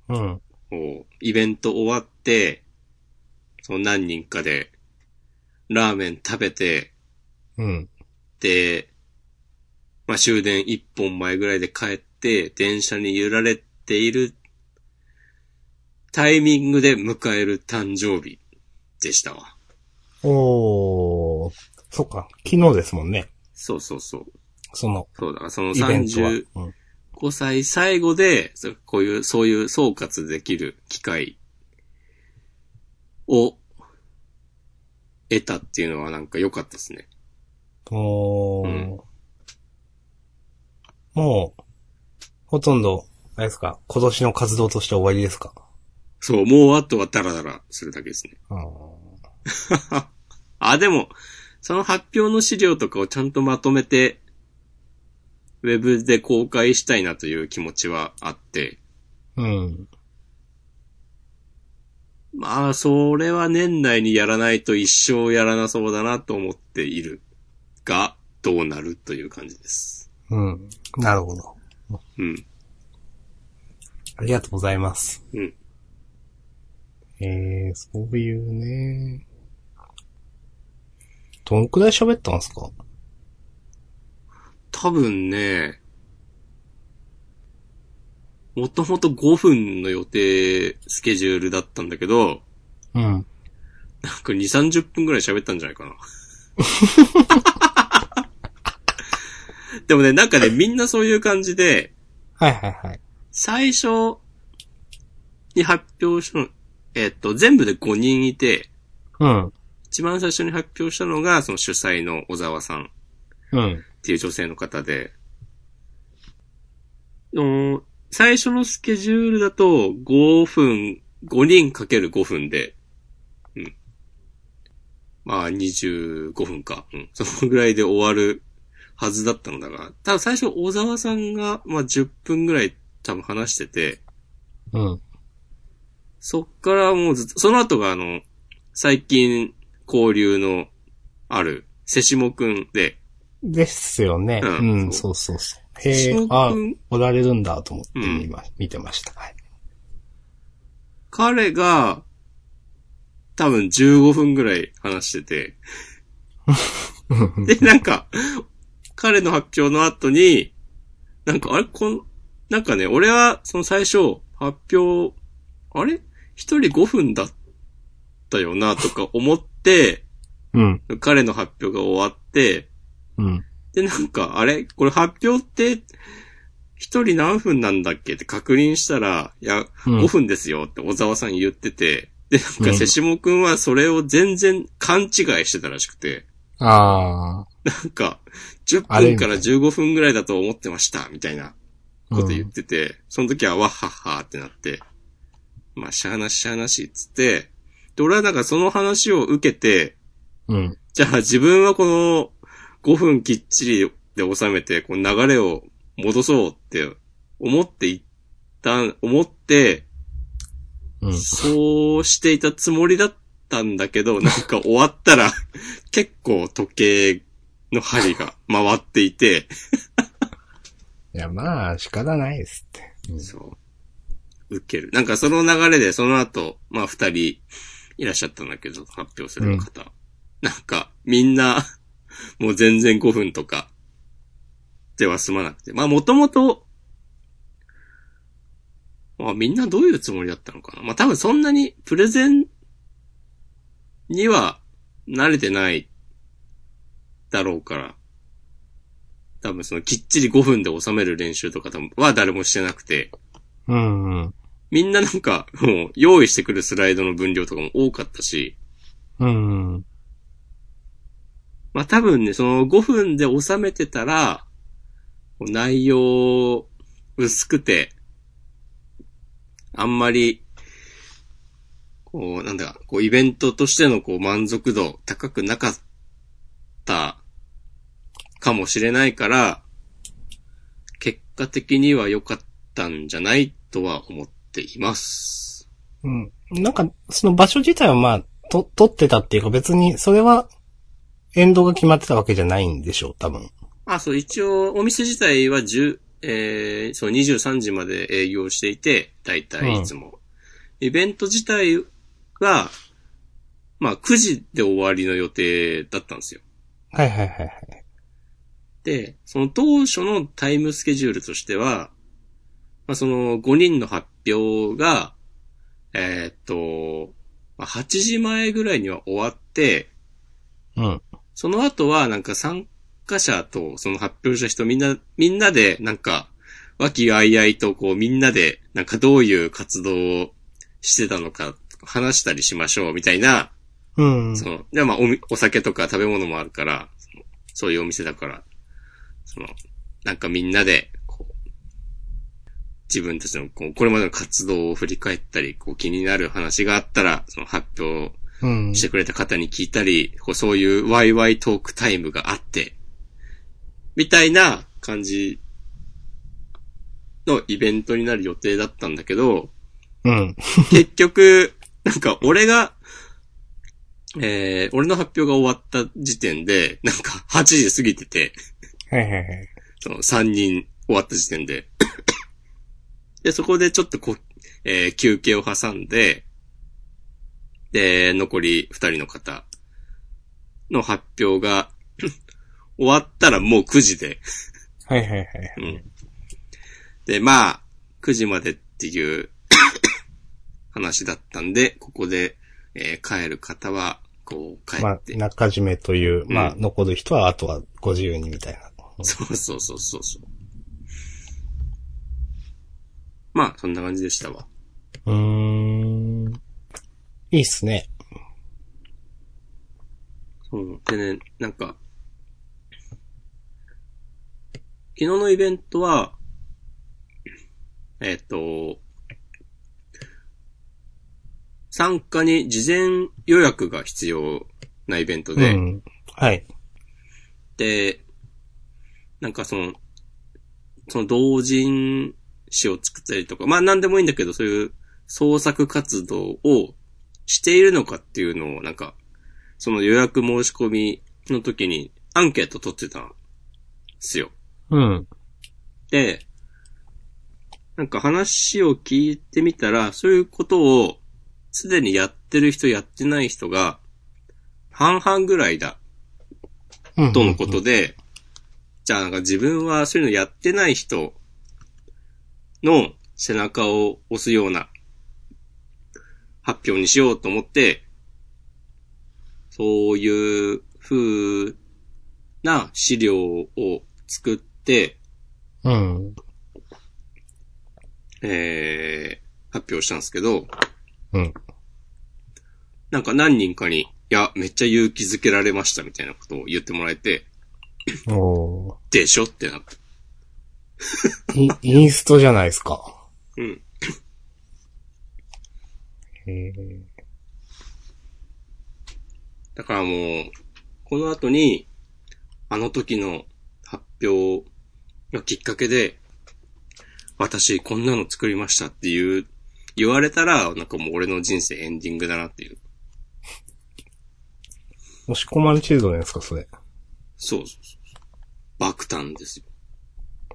Speaker 1: うん。
Speaker 2: こうイベント終わって、その何人かで、ラーメン食べて、
Speaker 1: うん。
Speaker 2: で、まあ、終電一本前ぐらいで帰って、電車に揺られているタイミングで迎える誕生日でしたわ。
Speaker 1: おー。そっか。昨日ですもんね。
Speaker 2: そうそうそう。
Speaker 1: その、
Speaker 2: そうだから、その
Speaker 1: イベントは。
Speaker 2: 35
Speaker 1: うん
Speaker 2: 歳最後で、そうこういう、そういう総括できる機会を得たっていうのはなんか良かったですね。
Speaker 1: おー。
Speaker 2: うん
Speaker 1: もう、ほとんど、あれですか、今年の活動として終わりですか
Speaker 2: そう、もうあとはダラダラするだけですね。
Speaker 1: あー
Speaker 2: あ、でも、その発表の資料とかをちゃんとまとめて、ウェブで公開したいなという気持ちはあって、
Speaker 1: うん。
Speaker 2: まあ、それは年内にやらないと一生やらなそうだなと思っているが、どうなるという感じです。
Speaker 1: うん。なるほど。
Speaker 2: うん。
Speaker 1: ありがとうございます。
Speaker 2: うん。
Speaker 1: えー、そういうね。どんくらい喋ったんですか
Speaker 2: 多分ね、もともと5分の予定、スケジュールだったんだけど、
Speaker 1: うん。
Speaker 2: なんか2、30分くらい喋ったんじゃないか な。でもね、なんかね、みんなそういう感じで、
Speaker 1: はいはいはい。
Speaker 2: 最初に発表したの、えっと、全部で5人いて、
Speaker 1: うん。
Speaker 2: 一番最初に発表したのが、その主催の小沢さん。
Speaker 1: うん。
Speaker 2: っていう女性の方で、うん最初のスケジュールだと5分、5人かける5分で、うん。まあ25分か。うん。そのぐらいで終わるはずだったのだが、ただ最初小沢さんが、まあ10分ぐらい多分話してて、
Speaker 1: うん。
Speaker 2: そっからもうずっと、その後があの、最近交流のある、瀬下くんで、
Speaker 1: ですよね。
Speaker 2: う
Speaker 1: うんん、そうそうそう。へ
Speaker 2: 瀬
Speaker 1: え
Speaker 2: 下、
Speaker 1: あ
Speaker 2: く、ん
Speaker 1: おられるんだと思って
Speaker 2: うん
Speaker 1: 見,、見てました。はい。
Speaker 2: 彼が、多分15分ぐらい話してて、で、なんか、彼の発表の後に、なんか、あれ、こん、なんかね、俺は、その最初、発表、あれ一人5分だったよな、とか思って、
Speaker 1: うん。
Speaker 2: 彼の発表が終わって、
Speaker 1: うん。
Speaker 2: で、なんか、あれこれ発表って、一人何分なんだっけって確認したら、いや、
Speaker 1: うん
Speaker 2: 5分ですよって小沢さん言ってて、で、なん
Speaker 1: う
Speaker 2: か、
Speaker 1: ん
Speaker 2: 瀬下くんはそれを全然勘違いしてたらしくて、
Speaker 1: あ
Speaker 2: なんか、10
Speaker 1: あれ
Speaker 2: 分から15分ぐらいだと思ってました、みたいな
Speaker 1: あ。
Speaker 2: こと言ってて、その時はわっはっはってなって、まあ、しゃあなししゃあなしっつって、で、俺はなんかその話を受けて、
Speaker 1: うん。
Speaker 2: じゃあ自分はこの5分きっちりで収めて、この流れを戻そうって思って一旦、思って、
Speaker 1: うん。うん。
Speaker 2: そうしていたつもりだったんだけど、なんか終わったら、結構時計の針が回っていて、
Speaker 1: いや、まあ、仕方ないですって。うん
Speaker 2: そう。受ける。なんかその流れで、その後、まあ二人いらっしゃったんだけど、発表する方。なんか、みんな、もう全然5分とか、では済まなくて。まあもともと、まあみんなどういうつもりだったのかな。まあ多分そんなにプレゼンには慣れてないだろうから。多分そのきっちり5分で収める練習とか多分は誰もしてなくて。
Speaker 1: うん。うん。
Speaker 2: みんななんか、もう、用意してくるスライドの分量とかも多かったし、
Speaker 1: うん。
Speaker 2: まあ多分ね、その5分で収めてたら、こう内容、薄くて、あんまり、こう、なんだか、こう、イベントとしてのこう、満足度高くなかった、かもしれないから、結果的には良かったんじゃないとは思っています。
Speaker 1: うん。なんか、その場所自体はまあ、と、取ってたっていうか別に、それは、エンドが決まってたわけじゃないんでしょう、多分。
Speaker 2: あ、そう、一応、お店自体は10、えー、そう、23時まで営業していて、だいたい
Speaker 1: うん
Speaker 2: いつも。イベント自体は、まあ、9時で終わりの予定だったんですよ。
Speaker 1: はいはいはいはい。
Speaker 2: で、その当初のタイムスケジュールとしては、まあ、その5人の発表が、えーっと、まあ8時前ぐらいには終わって、
Speaker 1: うん。
Speaker 2: その後は、なんか参加者と、その発表した人みんな、みんなで、なんか、和気あいあいと、こう、みんなで、なんかどういう活動をしてたのか、話したりしましょう、みたいな
Speaker 1: うん。
Speaker 2: その、で、まあ、おみ、お酒とか食べ物もあるから、そのそういうお店だから、その、なんかみんなで、こう、自分たちの、こう、これまでの活動を振り返ったり、こう、気になる話があったら、その発表
Speaker 1: うん。
Speaker 2: してくれた方に聞いたり、こう、そういうワイワイトークタイムがあって、みたいな感じのイベントになる予定だったんだけ ど、
Speaker 1: うん。
Speaker 2: 結局、なんか俺が、えー、俺の発表が終わった時点で、なんか8時過ぎてて、
Speaker 1: はいはいはい。
Speaker 2: その3人終わった時点で。 で、そこでちょっとこ、えー休憩を挟んで、で、残り2人の方の発表が 終わったらもう9時で、
Speaker 1: はいはいはいはい。
Speaker 2: うん。で、まあ、9時までっていう 話だったんで、ここで、えー帰る方は、こう、帰
Speaker 1: まあ、
Speaker 2: って。
Speaker 1: 中締めという、まあ、
Speaker 2: うん
Speaker 1: 残る人はあとはご自由にみたいな。
Speaker 2: そうそうそうそうそう。まあ、そんな感じでしたわ。
Speaker 1: うーん。いいっすね。
Speaker 2: うん。でね、なんか、昨日のイベントは、えっ、と、参加に事前予約が必要なイベント
Speaker 1: う
Speaker 2: で、
Speaker 1: ん。はい。
Speaker 2: で、なんかその、その同人誌を作ったりとか、まあ何でもいいんだけど、そういう創作活動をしているのかっていうのを、なんか、その予約申し込みの時にアンケート取ってたんですよ。
Speaker 1: うん。
Speaker 2: で、なんか話を聞いてみたら、そういうことをすでにやってる人やってない人が半々ぐらいだ
Speaker 1: うん
Speaker 2: とのことで、じゃあなんか自分はそういうのやってない人の背中を押すような発表にしようと思って、そういう風な資料を作って、
Speaker 1: うん。
Speaker 2: えー、発表したんですけど、
Speaker 1: うん。
Speaker 2: なんか何人かに、いや、めっちゃ勇気づけられましたみたいなことを言ってもらえて、
Speaker 1: おー
Speaker 2: でしょってなって。
Speaker 1: インインストじゃないですか。
Speaker 2: うん。
Speaker 1: へー
Speaker 2: だからもう、この後に、あの時の発表のきっかけで、私こんなの作りましたっていう、言われたら、なんかもう俺の人生エンディングだなっていう。
Speaker 1: 押し込まれてるじゃないですか、それ。
Speaker 2: そうそうそう。爆誕ですよ。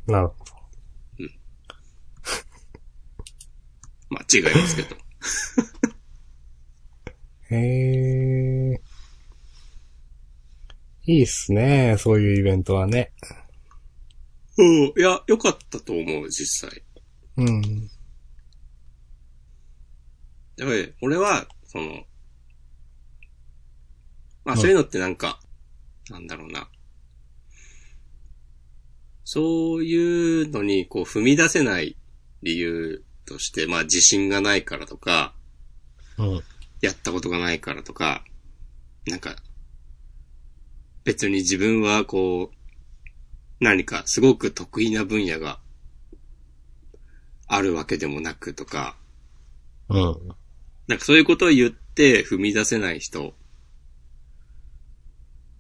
Speaker 1: なるほど。
Speaker 2: まあ違いますけど。
Speaker 1: へえ。いいっすね、そういうイベントはね。
Speaker 2: うん。いや、良かったと思う、実際。
Speaker 1: うん。
Speaker 2: やっぱり、俺は、その、まあ
Speaker 1: うん
Speaker 2: そういうのってなんか、なんだろうな。そういうのに、こう、踏み出せない理由として、まあ自信がないからとか、
Speaker 1: うん。
Speaker 2: やったことがないからとか、なんか、別に自分はこう、何かすごく得意な分野があるわけでもなくとか、
Speaker 1: うん。
Speaker 2: なんかそういうことを言って踏み出せない人、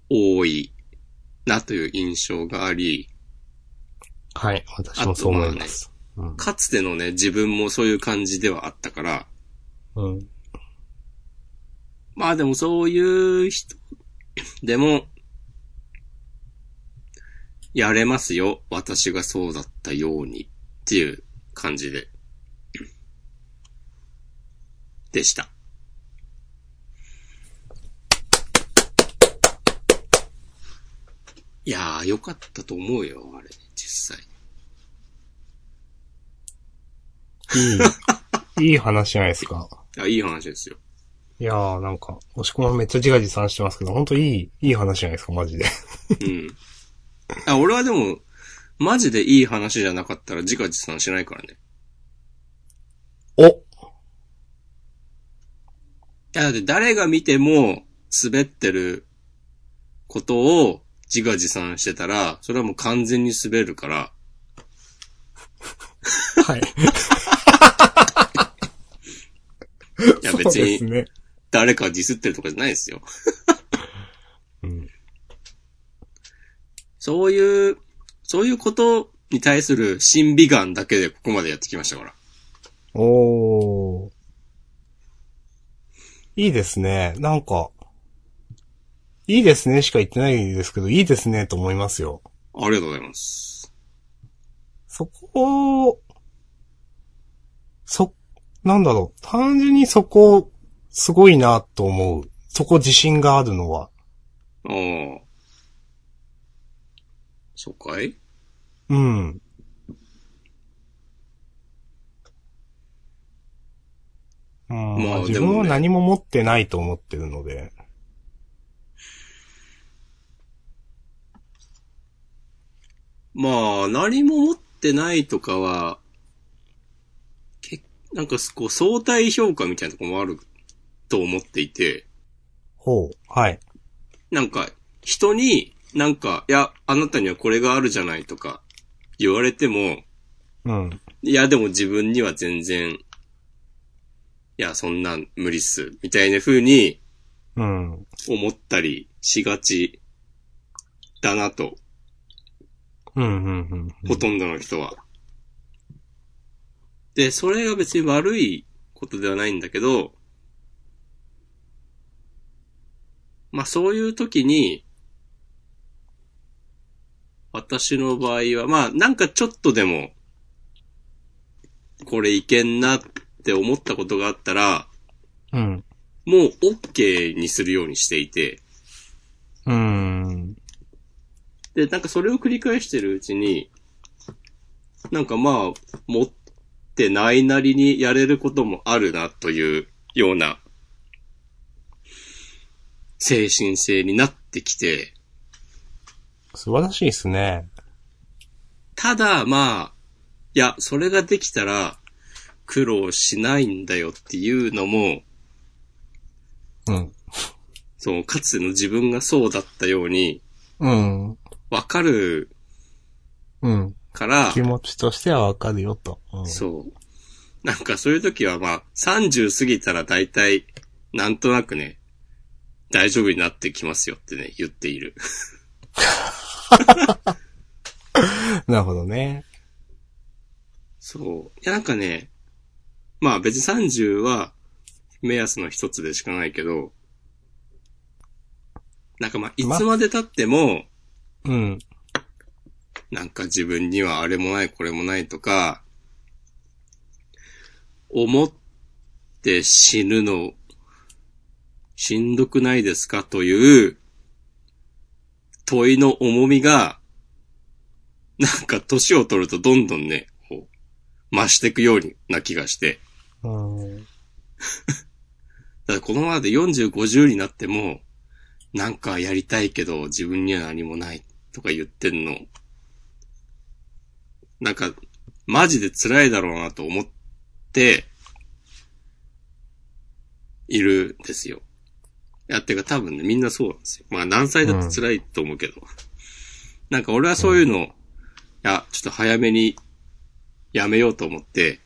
Speaker 2: 多いなという印象があり、
Speaker 1: はい、私もそう思います。うん
Speaker 2: かつてのね、自分もそういう感じではあったから、
Speaker 1: うん。
Speaker 2: まあでもそういう人 でも、やれますよ。私がそうだったように。っていう感じで。でした。いやー、良かったと思うよ、あれ、実際。
Speaker 1: いい、いい話じゃないですか。
Speaker 2: いや、いい話ですよ。
Speaker 1: いやー、なんか、押し込まめっちゃ自画自賛してますけど、ほんといい、いい話じゃないですか、マジで。
Speaker 2: うん。あ、俺はでも、マジでいい話じゃなかったら自画自賛しないからね。
Speaker 1: お
Speaker 2: いや、だって誰が見ても、滑ってることを自画自賛してたら、それはもう完全に滑るから、
Speaker 1: はい。
Speaker 2: いや別
Speaker 1: そうです
Speaker 2: に
Speaker 1: ね。
Speaker 2: 誰かディスってるとかじゃないですよ。
Speaker 1: うん。
Speaker 2: そういう、そういうことに対する審美眼だけでここまでやってきましたから。
Speaker 1: おー。いいですね。なんか、いいですねしか言ってないですけど、いいですねと思いますよ。
Speaker 2: ありがとうございます。
Speaker 1: そこを、そ、なんだろう。単純にそこ、すごいなと思う。そこ自信があるのは。
Speaker 2: ああ。そうかい
Speaker 1: うん。うん、
Speaker 2: まあ
Speaker 1: 自
Speaker 2: でもね
Speaker 1: 分は何も持ってないと思ってるので。
Speaker 2: まあ、何も持ってないとかは、けなんかこう相対評価みたいなところもあると思っていて、
Speaker 1: ほう。はい。
Speaker 2: なんか人になんか、いや、あなたにはこれがあるじゃないとか言われても、
Speaker 1: うん。
Speaker 2: いや、でも自分には全然、いや、そんなん無理っす、みたいな風に
Speaker 1: うん。
Speaker 2: 思ったりしがちだなと、
Speaker 1: うん、うん、うん。
Speaker 2: ほとんどの人は。で、それが別に悪いことではないんだけど、まあそういう時に、私の場合は、まあなんかちょっとでも、これいけんなって思ったことがあったら、
Speaker 1: うん。
Speaker 2: もう OK にするようにしていて、
Speaker 1: うん。
Speaker 2: で、なんかそれを繰り返してるうちに、なんかまあ、持ってないなりにやれることもあるなというような、精神性になってきて、
Speaker 1: 素晴らしいですね。
Speaker 2: ただまあ、いや、それができたら苦労しないんだよっていうのも、
Speaker 1: うん。
Speaker 2: そのかつての自分がそうだったように、
Speaker 1: うん。
Speaker 2: わかる
Speaker 1: うん。
Speaker 2: から、
Speaker 1: 気持ちとしてはわかるよと。うん、
Speaker 2: そう。なんかそういう時はまあ、30過ぎたら大体、なんとなくね、大丈夫になってきますよってね、言っている。
Speaker 1: なるほどね。
Speaker 2: そう。いやなんかね、まあ別に30は目安の一つでしかないけど、なんかまあ、いつまで経っても、
Speaker 1: うん。
Speaker 2: なんか自分にはあれもないこれもないとか、思って死ぬの、しんどくないですかという問いの重みが、なんか年を取るとどんどんね、こう、増していくような気がして。
Speaker 1: うん。
Speaker 2: だからこのままで40、50になっても、なんかやりたいけど自分には何もないとか言ってんの、なんか、マジで辛いだろうなと思って、いるんですよ。いや、てか多分ね、みんなそうなんですよ。まあ何歳だって辛いと思うけど。なんか俺はそういうの、いや、ちょっと早めにやめようと思って、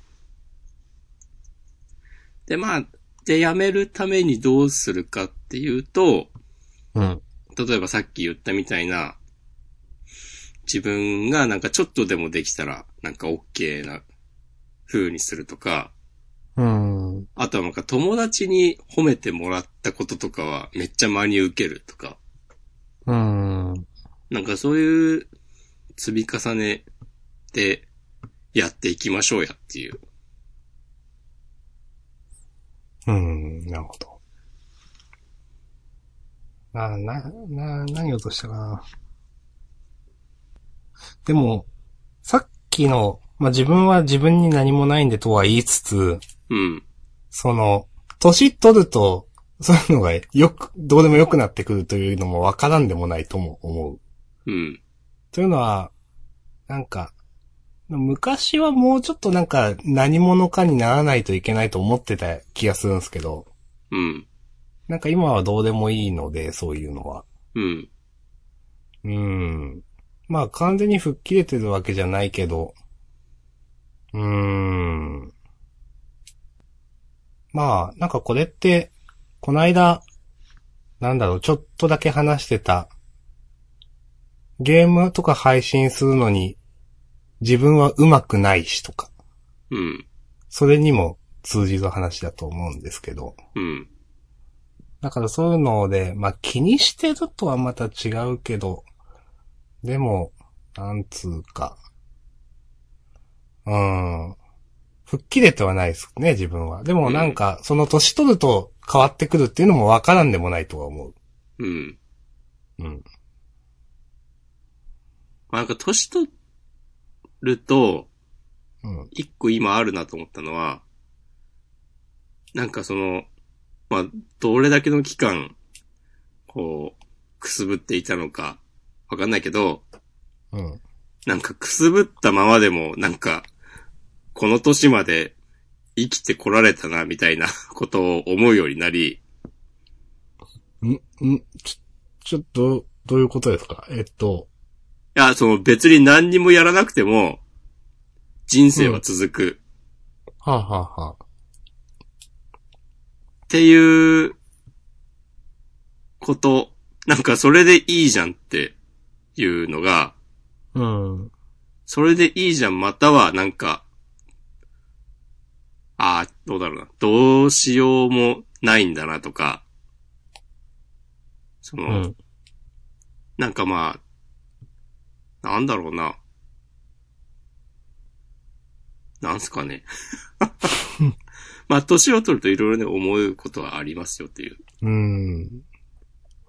Speaker 2: で、まあ、で、やめるためにどうするかっていうと、
Speaker 1: うん。
Speaker 2: 例えばさっき言ったみたいな、自分がなんかちょっとでもできたら、なんか OK な風にするとか、
Speaker 1: うん。
Speaker 2: あとはなんか友達に褒めてもらったこととかはめっちゃ真に受けるとか、
Speaker 1: うん。
Speaker 2: なんかそういう積み重ねでやっていきましょうやっていう。
Speaker 1: うん、なるほど。な、な、な、何を落としたかな。でも、さっきの、まあ、自分は自分に何もないんでとは言いつつ、
Speaker 2: うん。
Speaker 1: その、年取ると、そういうのがよく、どうでもよくなってくるというのもわからんでもないとも思う。
Speaker 2: うん。
Speaker 1: というのは、なんか、昔はもうちょっとなんか何者かにならないといけないと思ってた気がするんですけど、
Speaker 2: うん。
Speaker 1: なんか今はどうでもいいので、そういうのは。
Speaker 2: うん。
Speaker 1: うん。まあ完全に吹っ切れてるわけじゃないけど、うーん。まあ、なんかこれって、この間、なんだろう、ちょっとだけ話してた、ゲームとか配信するのに、自分は上手くないしとか、
Speaker 2: うん。
Speaker 1: それにも通じる話だと思うんですけど。
Speaker 2: うん。
Speaker 1: だからそういうので、まあ気にしてるとはまた違うけど、でも、なんつうか、うん、吹っ切れてはないですね、自分は。でもなんか、その年取ると変わってくるっていうのもわからんでもないとは思う。
Speaker 2: うん。
Speaker 1: うん。
Speaker 2: まあ、なんか年取ると、
Speaker 1: うん。
Speaker 2: 一個今あるなと思ったのは、なんかその、まあ、どれだけの期間、こう、くすぶっていたのか、わかんないけど、
Speaker 1: うん。
Speaker 2: なんかくすぶったままでも、なんか、この年まで生きてこられたな、みたいな ことを思うようになり、
Speaker 1: ん、ん、ちょ、ちょっと、どういうことですかえっと、
Speaker 2: いや、その別に何にもやらなくても、人生は続く。
Speaker 1: はあ、はあはあ、
Speaker 2: っていう、こと。なんかそれでいいじゃんっていうのが、
Speaker 1: うん。
Speaker 2: それでいいじゃんまたはなんか、ああ、どうだろうな。どうしようもないんだなとか、そ
Speaker 1: う
Speaker 2: の、
Speaker 1: ん。
Speaker 2: なんかまあ、なんだろうな。なんす かね。まあ、年を取るといろいろね、思うことはありますよっていう。
Speaker 1: うん。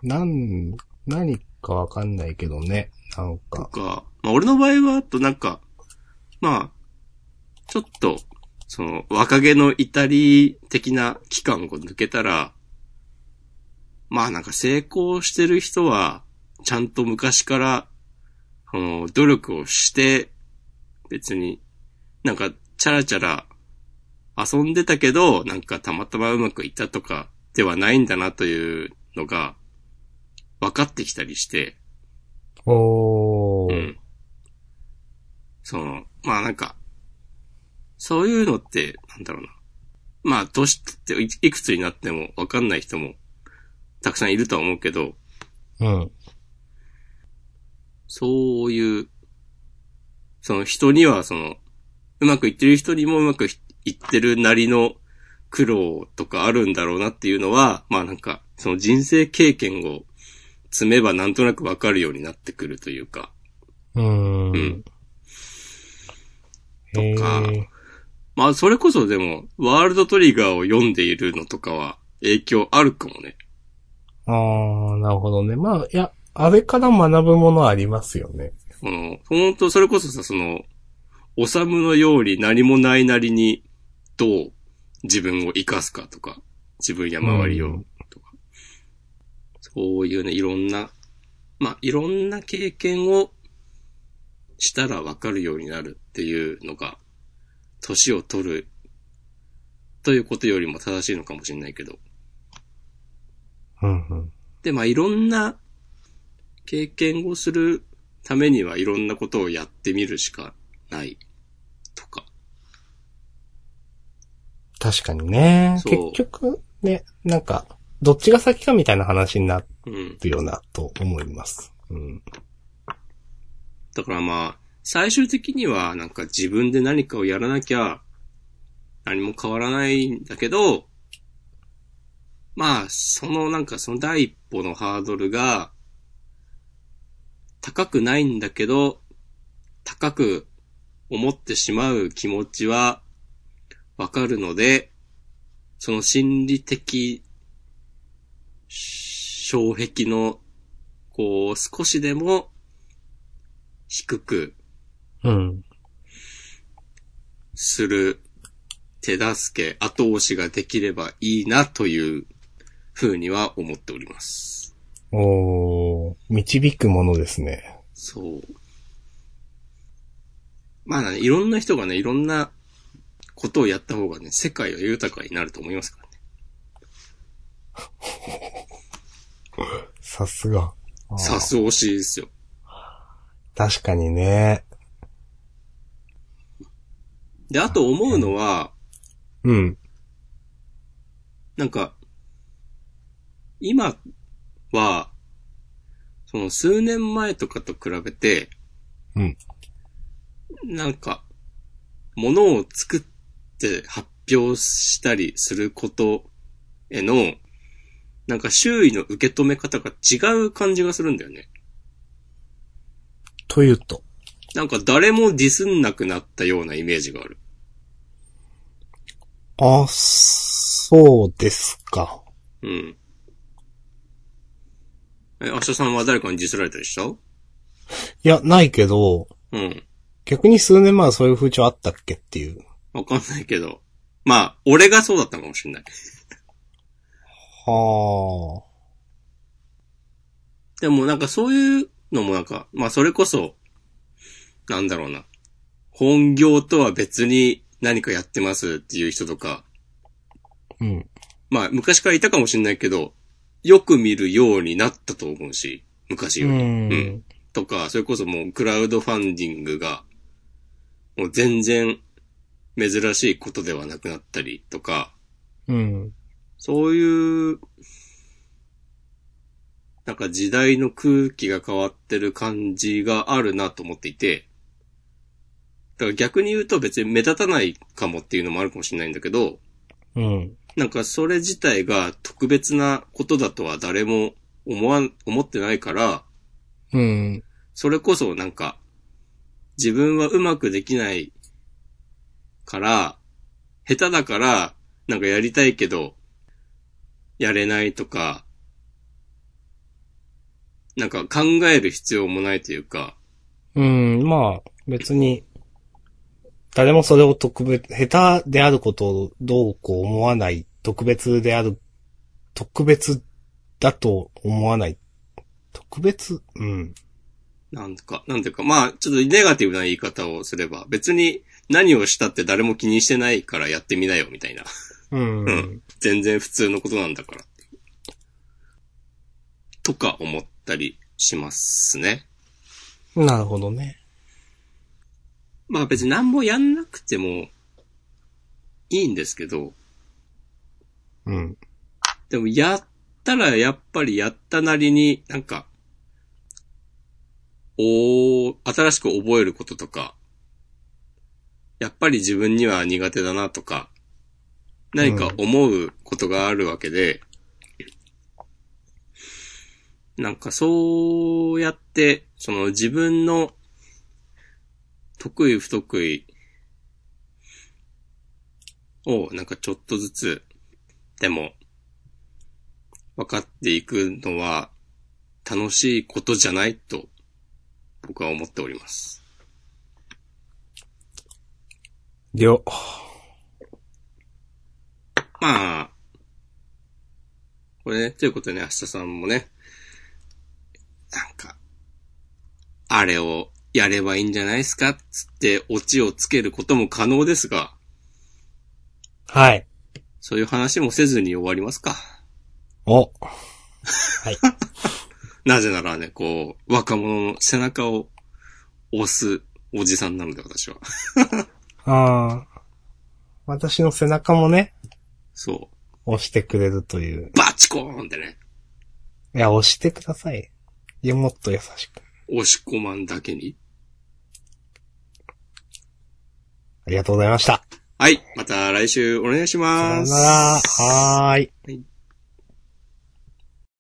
Speaker 1: なん、何かわかんないけどね。なん
Speaker 2: と
Speaker 1: か。
Speaker 2: か、まあ、俺の場合は、あとなんか、まあ、ちょっと、その、若気の至り的な期間を抜けたら、まあなんか成功してる人は、ちゃんと昔から、その、努力をして、別に、なんか、チャラチャラ、遊んでたけど、なんかたまたまうまくいったとか、ではないんだなというのが、分かってきたりして、
Speaker 1: お
Speaker 2: う
Speaker 1: ー。
Speaker 2: ん。その、まあなんか、そういうのって、なんだろうな。まあ、年っていいくつになってもわかんない人もたくさんいるとは思うけど、
Speaker 1: うん。
Speaker 2: そういう、その人にはその、うまくいってる人にもうまくいってるなりの苦労とかあるんだろうなっていうのは、まあなんか、その人生経験を積めばなんとなくわかるようになってくるというか、
Speaker 1: う
Speaker 2: うんん。
Speaker 1: へー
Speaker 2: とかまあ、それこそでも、ワールドトリガーを読んでいるのとかは影響あるかもね。
Speaker 1: あー、なるほどね。まあ、いや、あれから学ぶものはありますよね。
Speaker 2: この、ほんと、それこそさ、その、おさむのように何もないなりに、どう自分を生かすかとか、自分や周り
Speaker 1: う
Speaker 2: を
Speaker 1: ん
Speaker 2: とか、そういうね、いろんな、まあ、いろんな経験をしたらわかるようになるっていうのが、年を取るということよりも正しいのかもしれないけど、
Speaker 1: うん、うん。
Speaker 2: で、まあ、いろんな経験をするためには、いろんなことをやってみるしかないとか。
Speaker 1: 確かにね。
Speaker 2: そう
Speaker 1: 結局、ね、なんか、どっちが先かみたいな話にな
Speaker 2: うん。
Speaker 1: るよな、と思います。うん。
Speaker 2: だからまあ、最終的には、なんか自分で何かをやらなきゃ、何も変わらないんだけど、まあ、そのなんかその第一歩のハードルが、高くないんだけど、高く思ってしまう気持ちはわかるので、その心理的障壁の、こう、少しでも低く
Speaker 1: うん。
Speaker 2: する手助け、後押しができればいいなというふうには思っております。
Speaker 1: おー、導くものですね。
Speaker 2: そう。まあね、いろんな人がね、いろんなことをやった方がね、世界は豊かになると思いますからね。
Speaker 1: さすが。あー
Speaker 2: さす推しですよ。
Speaker 1: 確かにね。
Speaker 2: で、あと思うのは、
Speaker 1: うん。
Speaker 2: なんか、今は、その数年前とかと比べて、
Speaker 1: うん。
Speaker 2: なんか、ものを作って発表したりすることへの、なんか周囲の受け止め方が違う感じがするんだよね。
Speaker 1: というと。
Speaker 2: なんか誰もディスんなくなったようなイメージがある。
Speaker 1: あ、そうですか。
Speaker 2: うん。え、明日さんは誰かにディスられたりした
Speaker 1: いや、ないけど、
Speaker 2: うん。
Speaker 1: 逆に数年前はそういう風潮あったっけっていう。
Speaker 2: わかんないけど。まあ、俺がそうだったのかもしれない。
Speaker 1: はあ。
Speaker 2: でもなんかそういうのもなんか、まあそれこそ、なんだろうな。本業とは別に何かやってますっていう人とか、
Speaker 1: うん。
Speaker 2: まあ昔からいたかもしれないけど、よく見るようになったと思うし、昔
Speaker 1: う
Speaker 2: より。
Speaker 1: ん。
Speaker 2: とか、それこそもうクラウドファンディングが、もう全然珍しいことではなくなったりとか、
Speaker 1: うん。
Speaker 2: そういう、なんか時代の空気が変わってる感じがあるなと思っていて、だから逆に言うと別に目立たないかもっていうのもあるかもしれないんだけど、
Speaker 1: うん。
Speaker 2: なんかそれ自体が特別なことだとは誰も思わん、思ってないから、
Speaker 1: うん。
Speaker 2: それこそなんか、自分はうまくできないから、下手だから、なんかやりたいけど、やれないとか、なんか考える必要もないというか、
Speaker 1: うん、まあ、別に、誰もそれを特別、下手であることをどうこう思わない、特別である、特別だと思わない。特別うん。
Speaker 2: なんか、なんていうか、まあ、ちょっとネガティブな言い方をすれば、別に何をしたって誰も気にしてないからやってみなよ、みたいな。
Speaker 1: うん。
Speaker 2: うん全然普通のことなんだからっていう。とか思ったりしますね。
Speaker 1: なるほどね。
Speaker 2: まあ別に何もやんなくてもいいんですけど、
Speaker 1: うん。
Speaker 2: でもやったらやっぱりやったなりになんか、おー新しく覚えることとか、やっぱり自分には苦手だなとか、何か思うことがあるわけで、なんかそうやって、その自分の得意不得意をなんかちょっとずつでも分かっていくのは楽しいことじゃないと僕は思っております。
Speaker 1: りょ、
Speaker 2: まあ、これね、ということでね、明日さんもね、なんか、あれをやればいいんじゃないですかつってオチをつけることも可能ですが、
Speaker 1: はい。
Speaker 2: そういう話もせずに終わりますか。
Speaker 1: お。
Speaker 2: なぜならね、こう、若者の背中を押すおじさんなので私は。
Speaker 1: ああ。私の背中もね、
Speaker 2: そ
Speaker 1: 押してくれるという。
Speaker 2: う。バチコーンってね、
Speaker 1: いや、押してください。いや、もっと優しく。
Speaker 2: 押し込まんだけに。
Speaker 1: ありがとうございました。
Speaker 2: はい。また来週お願いし
Speaker 1: さ
Speaker 2: ま
Speaker 1: よ
Speaker 2: す。
Speaker 1: なら。はーい。
Speaker 2: はい